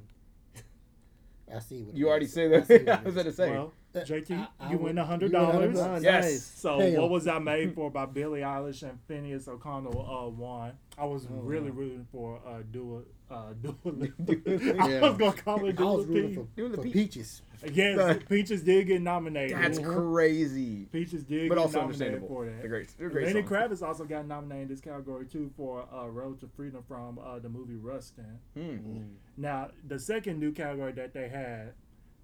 Speaker 4: I see. What it
Speaker 2: You already
Speaker 4: is.
Speaker 2: said
Speaker 4: I see what
Speaker 2: that.
Speaker 4: it
Speaker 2: I was
Speaker 4: is.
Speaker 2: gonna say.
Speaker 5: Well,
Speaker 4: Uh,
Speaker 5: JT,
Speaker 4: I- I
Speaker 5: you
Speaker 4: would-
Speaker 5: win a hundred
Speaker 4: you win
Speaker 5: dollars.
Speaker 3: Oh,
Speaker 4: $100.
Speaker 2: Yes.
Speaker 3: nice.
Speaker 5: So
Speaker 4: Damn.
Speaker 5: what was I made for by Billie Eilish and Phineas O'Connell? Uh, won. I was
Speaker 4: Oh,
Speaker 5: really rooting for uh, Dua. Uh, Dua Lipa. I
Speaker 3: Yeah.
Speaker 5: was gonna call it
Speaker 4: I
Speaker 5: Dua
Speaker 4: was rooting
Speaker 5: Lipa.
Speaker 2: Do
Speaker 4: for,
Speaker 2: the
Speaker 4: for
Speaker 2: peach.
Speaker 4: peaches.
Speaker 5: Yes, Peaches did get nominated.
Speaker 2: That's crazy.
Speaker 5: Peaches did
Speaker 2: But
Speaker 5: get
Speaker 2: also
Speaker 5: nominated
Speaker 2: understandable.
Speaker 5: for that.
Speaker 2: They're great. They're great.
Speaker 5: Lenny
Speaker 2: songs.
Speaker 5: Kravitz also got nominated in this category too for uh, "Road to Freedom" from uh, the movie Rustin.
Speaker 2: Hmm.
Speaker 5: Now, the second new category that they had,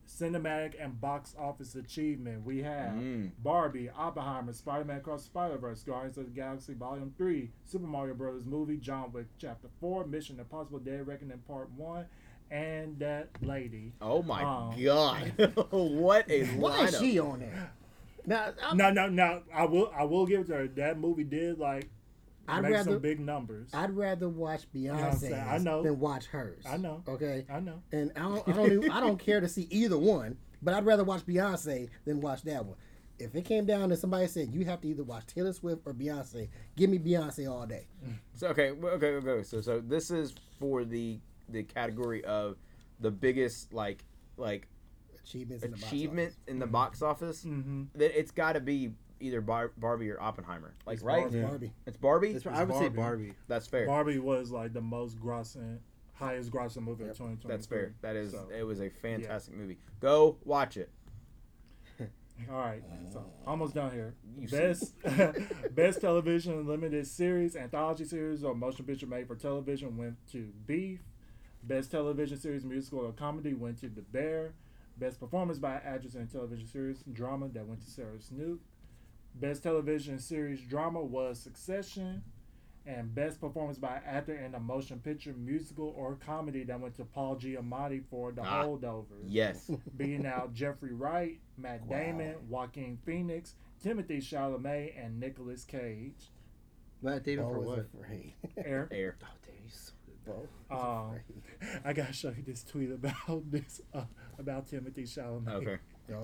Speaker 5: cinematic and box office achievement, we have
Speaker 2: Mm.
Speaker 5: Barbie, Oppenheimer, Spider-Man Across the Spider-Verse, Guardians of the Galaxy Volume 3, Super Mario Brothers movie, John Wick Chapter 4, Mission Impossible Dead Reckoning Part 1, and That Lady.
Speaker 2: Oh my
Speaker 5: Um,
Speaker 2: god! what a
Speaker 4: Why is
Speaker 2: lineup!
Speaker 4: she on there? Now, I'm,
Speaker 5: No, no, no. I will I will give it to her. That movie did like
Speaker 4: I'd
Speaker 5: make
Speaker 4: rather-
Speaker 5: some big numbers. I,
Speaker 4: I'd rather watch
Speaker 5: I'm
Speaker 4: Beyonce
Speaker 5: saying? I know.
Speaker 4: than watch hers.
Speaker 5: I know.
Speaker 4: Okay.
Speaker 5: know.
Speaker 4: And I don't, I don't, even- I don't care to see either one, but I'd rather watch Beyonce than watch that one. If it came down and somebody said you have to either watch Taylor Swift or Beyonce, give me Beyonce all day.
Speaker 2: So okay, well, okay, okay. So so this is for the the category of the biggest like like
Speaker 4: Achievements in the box
Speaker 2: achievement in the box office.
Speaker 5: Mm-hmm.
Speaker 2: Then it's got to be either Bar- Barbie or Oppenheimer. Like
Speaker 3: It's
Speaker 2: right?
Speaker 4: office.
Speaker 5: Yeah.
Speaker 4: Barbie.
Speaker 2: It's Barbie.
Speaker 3: That's right. I would say Barbie.
Speaker 2: That's fair.
Speaker 5: Barbie was like the most grossing highest grossing movie of 2020.
Speaker 2: That's fair. That is.
Speaker 5: So-
Speaker 2: It was a fantastic movie. Go watch it.
Speaker 5: All right, so almost done here.
Speaker 2: You
Speaker 5: best best television limited series, anthology series, or motion picture made for television went to Beef. Best television series, musical or comedy went to The Bear. Best performance by actress in a television series drama that went to Sarah Snook. Best television series drama was Succession, and best performance by actor in a motion picture, musical or comedy that went to Paul Giamatti for The
Speaker 2: Ah,
Speaker 5: Holdovers
Speaker 2: Yes.
Speaker 5: being out Jeffrey Wright, Matt Damon, Joaquin Phoenix, Timothy Chalamet, and Nicolas Cage.
Speaker 3: Matt Damon
Speaker 2: Oh,
Speaker 3: for
Speaker 4: Always
Speaker 3: what?
Speaker 4: afraid.
Speaker 5: Eric,
Speaker 2: Air.
Speaker 3: Oh, damn, he's so good.
Speaker 4: Always
Speaker 5: um,
Speaker 4: afraid.
Speaker 5: I gotta show you this tweet about this uh, about Timothy Chalamet.
Speaker 2: Okay.
Speaker 4: Oh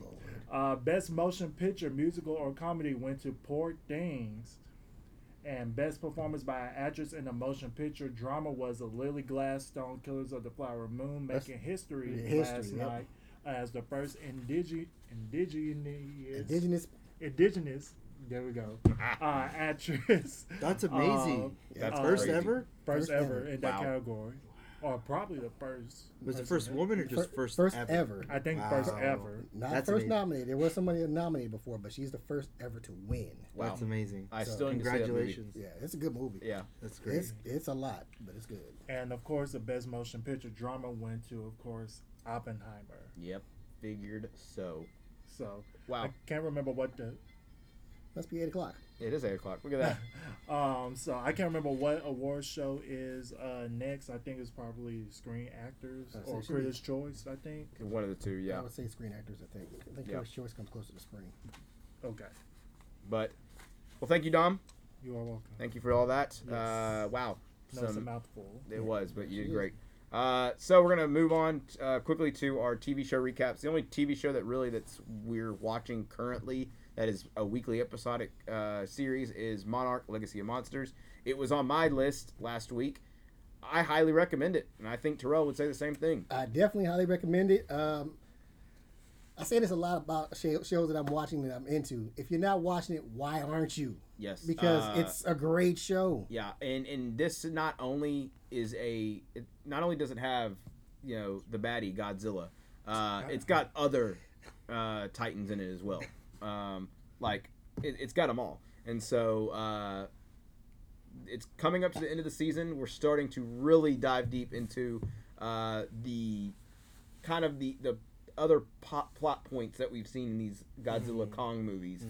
Speaker 4: lord.
Speaker 5: Uh, best motion picture, musical or comedy went to Poor Things, and best performance by an actress in a motion picture drama was a Lily Gladstone, Killers of the Flower Moon,
Speaker 4: That's-
Speaker 5: making history,
Speaker 4: Yeah, history,
Speaker 5: last
Speaker 4: yep.
Speaker 5: night as the first indige- indigenous
Speaker 4: Indigenous.
Speaker 5: indigenous. There we go. Uh, actress.
Speaker 3: That's amazing.
Speaker 5: Um,
Speaker 2: That's
Speaker 3: First
Speaker 2: crazy.
Speaker 3: ever?
Speaker 5: First
Speaker 4: First
Speaker 5: ever
Speaker 4: ever.
Speaker 5: in that
Speaker 2: Wow.
Speaker 5: category, or probably the first.
Speaker 3: Was the
Speaker 5: person
Speaker 3: first
Speaker 5: that-
Speaker 3: woman or just
Speaker 4: Fir-
Speaker 3: first,
Speaker 4: first
Speaker 3: ever?
Speaker 4: ever.
Speaker 5: I think
Speaker 3: Wow.
Speaker 5: first ever.
Speaker 4: Not
Speaker 3: That's
Speaker 4: first
Speaker 3: amazing.
Speaker 4: nominated. There was somebody nominated before, but she's the first ever to win.
Speaker 2: Wow.
Speaker 3: That's amazing.
Speaker 2: I
Speaker 4: So,
Speaker 2: still need to see that movie.
Speaker 3: Congratulations.
Speaker 4: Yeah, it's a good movie.
Speaker 2: Yeah.
Speaker 3: That's great.
Speaker 4: It's it's a lot, but it's good.
Speaker 5: And of course, the best motion picture drama went to, of course, Oppenheimer.
Speaker 2: Yep. Figured so.
Speaker 5: So
Speaker 2: Wow.
Speaker 5: I can't remember what the.
Speaker 4: Must be eight o'clock.
Speaker 2: It is eight o'clock. Look at that.
Speaker 5: Um, so I can't remember what award show is uh, next. I think it's probably Screen Actors
Speaker 4: Uh, so
Speaker 5: or
Speaker 4: it should be-
Speaker 5: Critics' Choice. I think.
Speaker 2: One of the two. Yeah.
Speaker 4: I would say screen actors. I think. I think
Speaker 2: Yeah.
Speaker 4: First Choice comes closer to spring.
Speaker 5: Okay,
Speaker 2: But well, thank you, Dom.
Speaker 5: you are welcome.
Speaker 2: Thank you for all that.
Speaker 5: Yes.
Speaker 2: Uh, wow.
Speaker 5: No, it's a
Speaker 2: Some-
Speaker 5: mouthful.
Speaker 2: It was, but you did
Speaker 4: Jeez.
Speaker 2: great. Uh, so we're gonna move on uh, quickly to our TV show recaps. The only TV show that really that's we're watching currently that is a weekly episodic uh, series is Monarch: Legacy of Monsters. It was on my list last week. I highly recommend it, and I think Terrell would say the same thing.
Speaker 4: I definitely highly recommend it. Um, I say this a lot about sh- shows that I'm watching that I'm into. If you're not watching it, why aren't you?
Speaker 2: Yes,
Speaker 4: Because
Speaker 2: uh,
Speaker 4: it's a great show.
Speaker 2: Yeah, and and this not only is a it not only does it have you know the baddie Godzilla, uh, it's got other uh, titans in it as well. Um, like it, it's got them all, and so uh, it's coming up to the end of the season. We're starting to really dive deep into uh, the kind of the the other pop plot points that we've seen in these Godzilla
Speaker 4: Mm-hmm.
Speaker 2: Kong movies.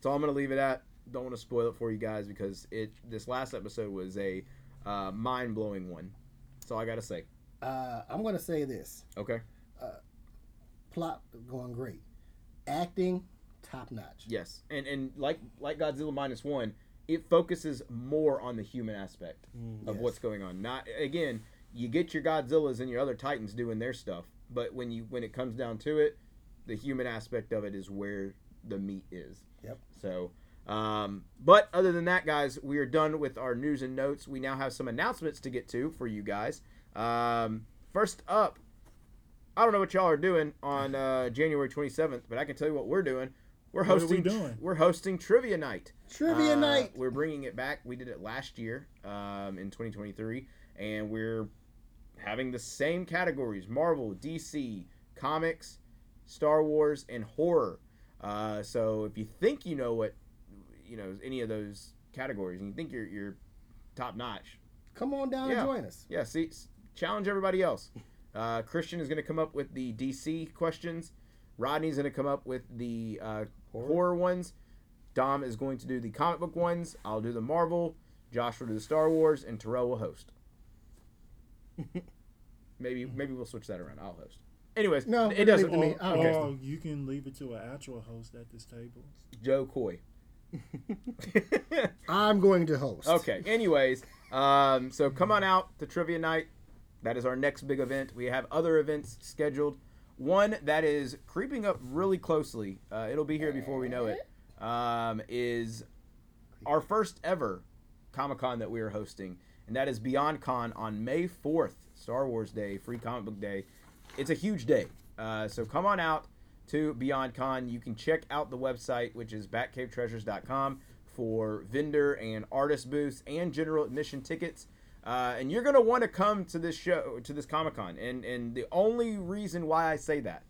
Speaker 2: So I'm gonna leave it at. Don't want to spoil it for you guys because it this last episode was a uh, mind blowing one. That's all I gotta say.
Speaker 4: Uh, I'm gonna say this:
Speaker 2: Okay.
Speaker 4: plot going great, acting top notch.
Speaker 2: Yes. And and like like Godzilla minus one, it focuses more on the human aspect of
Speaker 4: Mm. yes.
Speaker 2: what's going on. Not again, you get your Godzillas and your other Titans doing their stuff, but when you when it comes down to it, the human aspect of it is where the meat is.
Speaker 4: Yep.
Speaker 2: So, um, but other than that, guys, we are done with our news and notes. We now have some announcements to get to for you guys. Um, first up, I don't know what y'all are doing on uh, January 27th, but I can tell you what we're doing. We're
Speaker 5: What are we
Speaker 2: hosting.
Speaker 5: doing?
Speaker 2: We're hosting trivia night.
Speaker 4: Trivia
Speaker 2: Uh,
Speaker 4: night.
Speaker 2: We're bringing it back. We did it last year um, in 2023, and we're having the same categories: Marvel, DC, comics, Star Wars, and horror. Uh, so if you think you know what you know any of those categories, and you think you're you're top notch,
Speaker 4: Come on down
Speaker 2: Yeah.
Speaker 4: and join us.
Speaker 2: yeah, see, s- challenge everybody else. Uh, Christian is going to come up with the DC questions. Rodney's going to come up with the uh, horror. ones. Dom is going to do the comic book ones. I'll do the Marvel. Josh will do the Star Wars, and Terrell will host. maybe maybe we'll switch that around. I'll host. Anyways,
Speaker 4: No,
Speaker 2: it
Speaker 4: leave
Speaker 2: doesn't.
Speaker 4: it to me.
Speaker 5: Or,
Speaker 3: Oh,
Speaker 4: I don't care.
Speaker 5: or you can leave it to an actual host at this table.
Speaker 2: Joe Coy.
Speaker 4: I'm going to host.
Speaker 2: Okay. Anyways, um, so come on out to trivia night. That is our next big event. We have other events scheduled. One that is creeping up really closely. Uh, it'll be here before we know it. Um, is our first ever Comic Con that we are hosting, and that is Beyond Con on May 4th, Star Wars Day, Free Comic Book Day. It's a huge day. Uh, so come on out to Beyond Con. You can check out the website, which is batcavetreasures.com, for vendor and artist booths and general admission tickets. Uh, and you're going to want to come to this show, to this Comic Con. And, and the only reason why I say that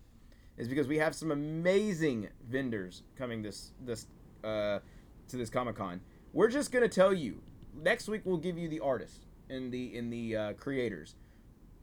Speaker 2: is because we have some amazing vendors coming this this uh, to this Comic Con. We're just gonna tell you next week. We'll give you the artists and the in the uh, creators.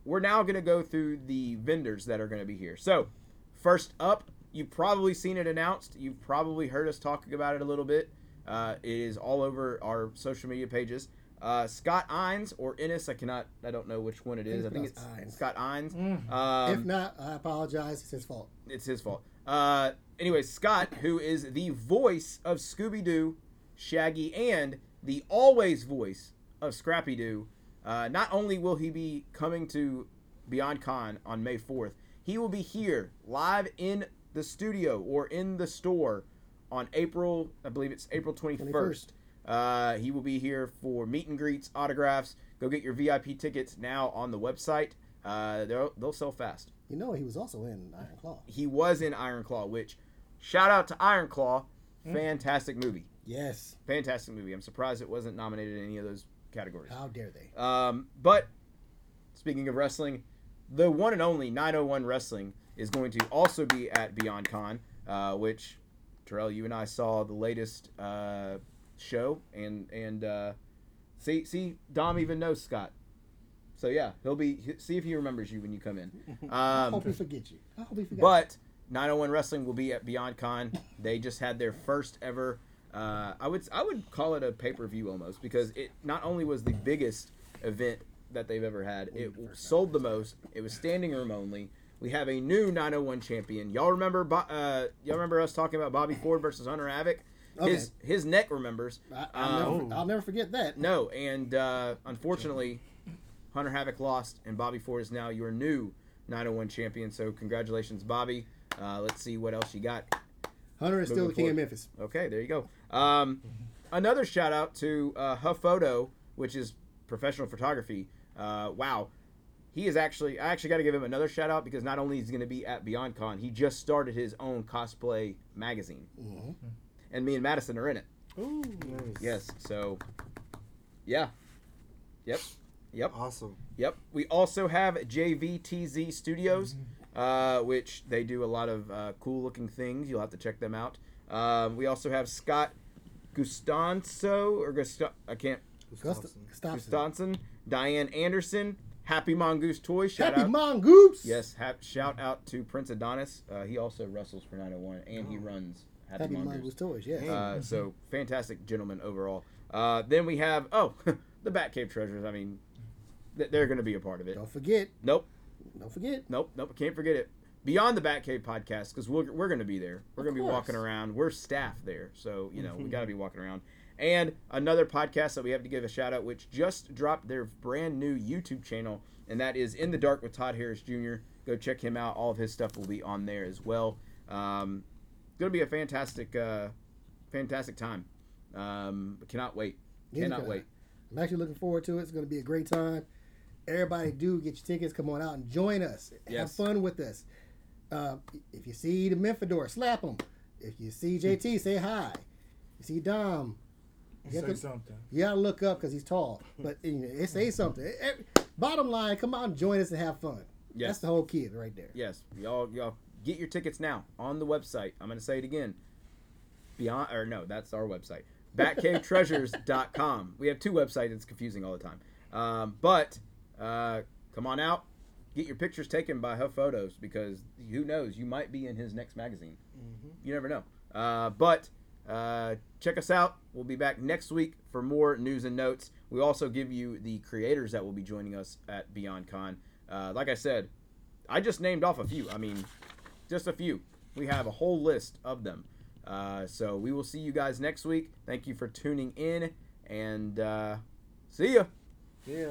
Speaker 2: We're now gonna go through the vendors that are gonna be here. So first up, you've probably seen it announced. You've probably heard us talking about it a little bit. Uh, it is all over our social media pages. Uh, Scott Ines or Ennis, I cannot, I don't know which one it is. I think it's
Speaker 4: Ines.
Speaker 2: Scott Ines. Um,
Speaker 4: if not, I apologize. It's his fault.
Speaker 2: it's his fault. Uh, anyway, Scott, who is the voice of Scooby Doo, Shaggy, and the always voice of Scrappy Doo, uh, not only will he be coming to Beyond Con on May 4th, he will be here live in the studio or in the store on April, I believe it's April 21st. Uh, he will be here for meet and greets, autographs. Go get your VIP tickets now on the website. Uh, they'll, they'll sell fast
Speaker 4: You know, he was also in Iron Claw.
Speaker 2: he was in Iron Claw, which shout out to Iron Claw, fantastic movie,
Speaker 4: Yes.
Speaker 2: fantastic movie. I'm surprised it wasn't nominated in any of those categories.
Speaker 4: How dare they?
Speaker 2: Um, but speaking of wrestling, the one and only 901 Wrestling is going to also be at Beyond Con, uh, which Terrell, you and I saw the latest uh, show, and and uh, see see Dom even knows Scott. So yeah, he'll be he- see if he remembers you when you come in.
Speaker 4: I
Speaker 2: Um,
Speaker 4: hope we forget you. I hope we forget.
Speaker 2: but 901 Wrestling will be at Beyond Con. They just had their first ever. Uh, I would I would call it a pay per view almost because it not only was the biggest event that they've ever had, it sold the most. It was standing room only. We have a new 901 champion. Y'all remember? Bo- Uh, y'all remember us talking about Bobby Ford versus Hunter Avic? His his neck remembers.
Speaker 4: you. I, I'll,
Speaker 5: Um,
Speaker 4: never, I'll never forget that.
Speaker 2: No, and uh, unfortunately, Hunter Havoc lost, and Bobby Ford is now your new 901 champion. So congratulations, Bobby. Uh, let's see what else you got.
Speaker 4: Hunter is still the
Speaker 2: Moving
Speaker 4: king
Speaker 2: forward.
Speaker 4: of Memphis.
Speaker 2: Okay, there you go. Um, another shout out to uh, Huffoto, which is professional photography. Uh, wow, he is actually. I actually got to give him another shout out because not only is he going to be at Beyond Con, he just started his own cosplay magazine,
Speaker 4: Mm-hmm.
Speaker 2: and me and Madison are in it.
Speaker 5: Ooh.
Speaker 2: Yes, so yeah, yep, yep.
Speaker 6: Awesome.
Speaker 2: Yep. We also have JVTZ Studios, uh, which they do a lot of uh, cool looking things. You'll have to check them out. Um, we also have Scott Gustanzo, or Gusta- I can't,
Speaker 4: Gust- Gustafson.
Speaker 2: Gustanson, Diane Anderson, Happy Mongoose Toy, shout
Speaker 4: Happy
Speaker 2: out.
Speaker 4: Mongoose.
Speaker 2: yes, hap- shout out to Prince Adonis. Uh, he also wrestles for 901, and he runs Oh. Happy,
Speaker 4: Happy
Speaker 2: Mongoose.
Speaker 4: Mongoose toys. Yes.
Speaker 2: Uh, so fantastic gentlemen overall. Uh, then we have, oh, the Batcave Treasures. I mean, th- they're going to be a part of it.
Speaker 4: don't forget.
Speaker 2: Nope.
Speaker 4: Don't forget.
Speaker 2: Nope, nope, can't forget it. Beyond the Batcave podcast, because we're, we're going to be there. We're going to be walking around. We're staff there, so you know we got to be walking around. and another podcast that we have to give a shout out, which just dropped their brand new YouTube channel, and that is In the Dark with Todd Harris Jr. Go check him out. All of his stuff will be on there as well. Um, gonna be a fantastic, uh, fantastic time. Um, cannot wait.
Speaker 4: Neither
Speaker 2: Cannot
Speaker 4: can I.
Speaker 2: wait.
Speaker 4: I'm actually looking forward to it. It's going to be a great time. Everybody, do get your tickets. Come on out and join us. Have
Speaker 2: Yes.
Speaker 4: fun with us. Uh, if you see the Memphador, slap him. If you see JT, say hi. You see Dom,
Speaker 5: Say
Speaker 4: the-
Speaker 5: something.
Speaker 4: you gotta look up because he's tall. But you know, it say something. It- it- bottom line, come out and join us and have fun.
Speaker 2: Yes.
Speaker 4: That's the whole kid right there.
Speaker 2: Yes, y'all, y'all get your tickets now on the website. I'm gonna say it again. Beyond or no, that's our website. BatcaveTreasures.com. We have two websites. It's confusing all the time. Um, but uh, come on out, get your pictures taken by Huff Photos because who knows, you might be in his next magazine. You never know. Uh, but uh, check us out. We'll be back next week for more news and notes. We also give you the creators that will be joining us at Beyond Con. Uh, like I said, I just named off a few. I mean, just a few. We have a whole list of them. Uh, so we will see you guys next week. Thank you for tuning in, and uh, see ya.
Speaker 4: Yeah.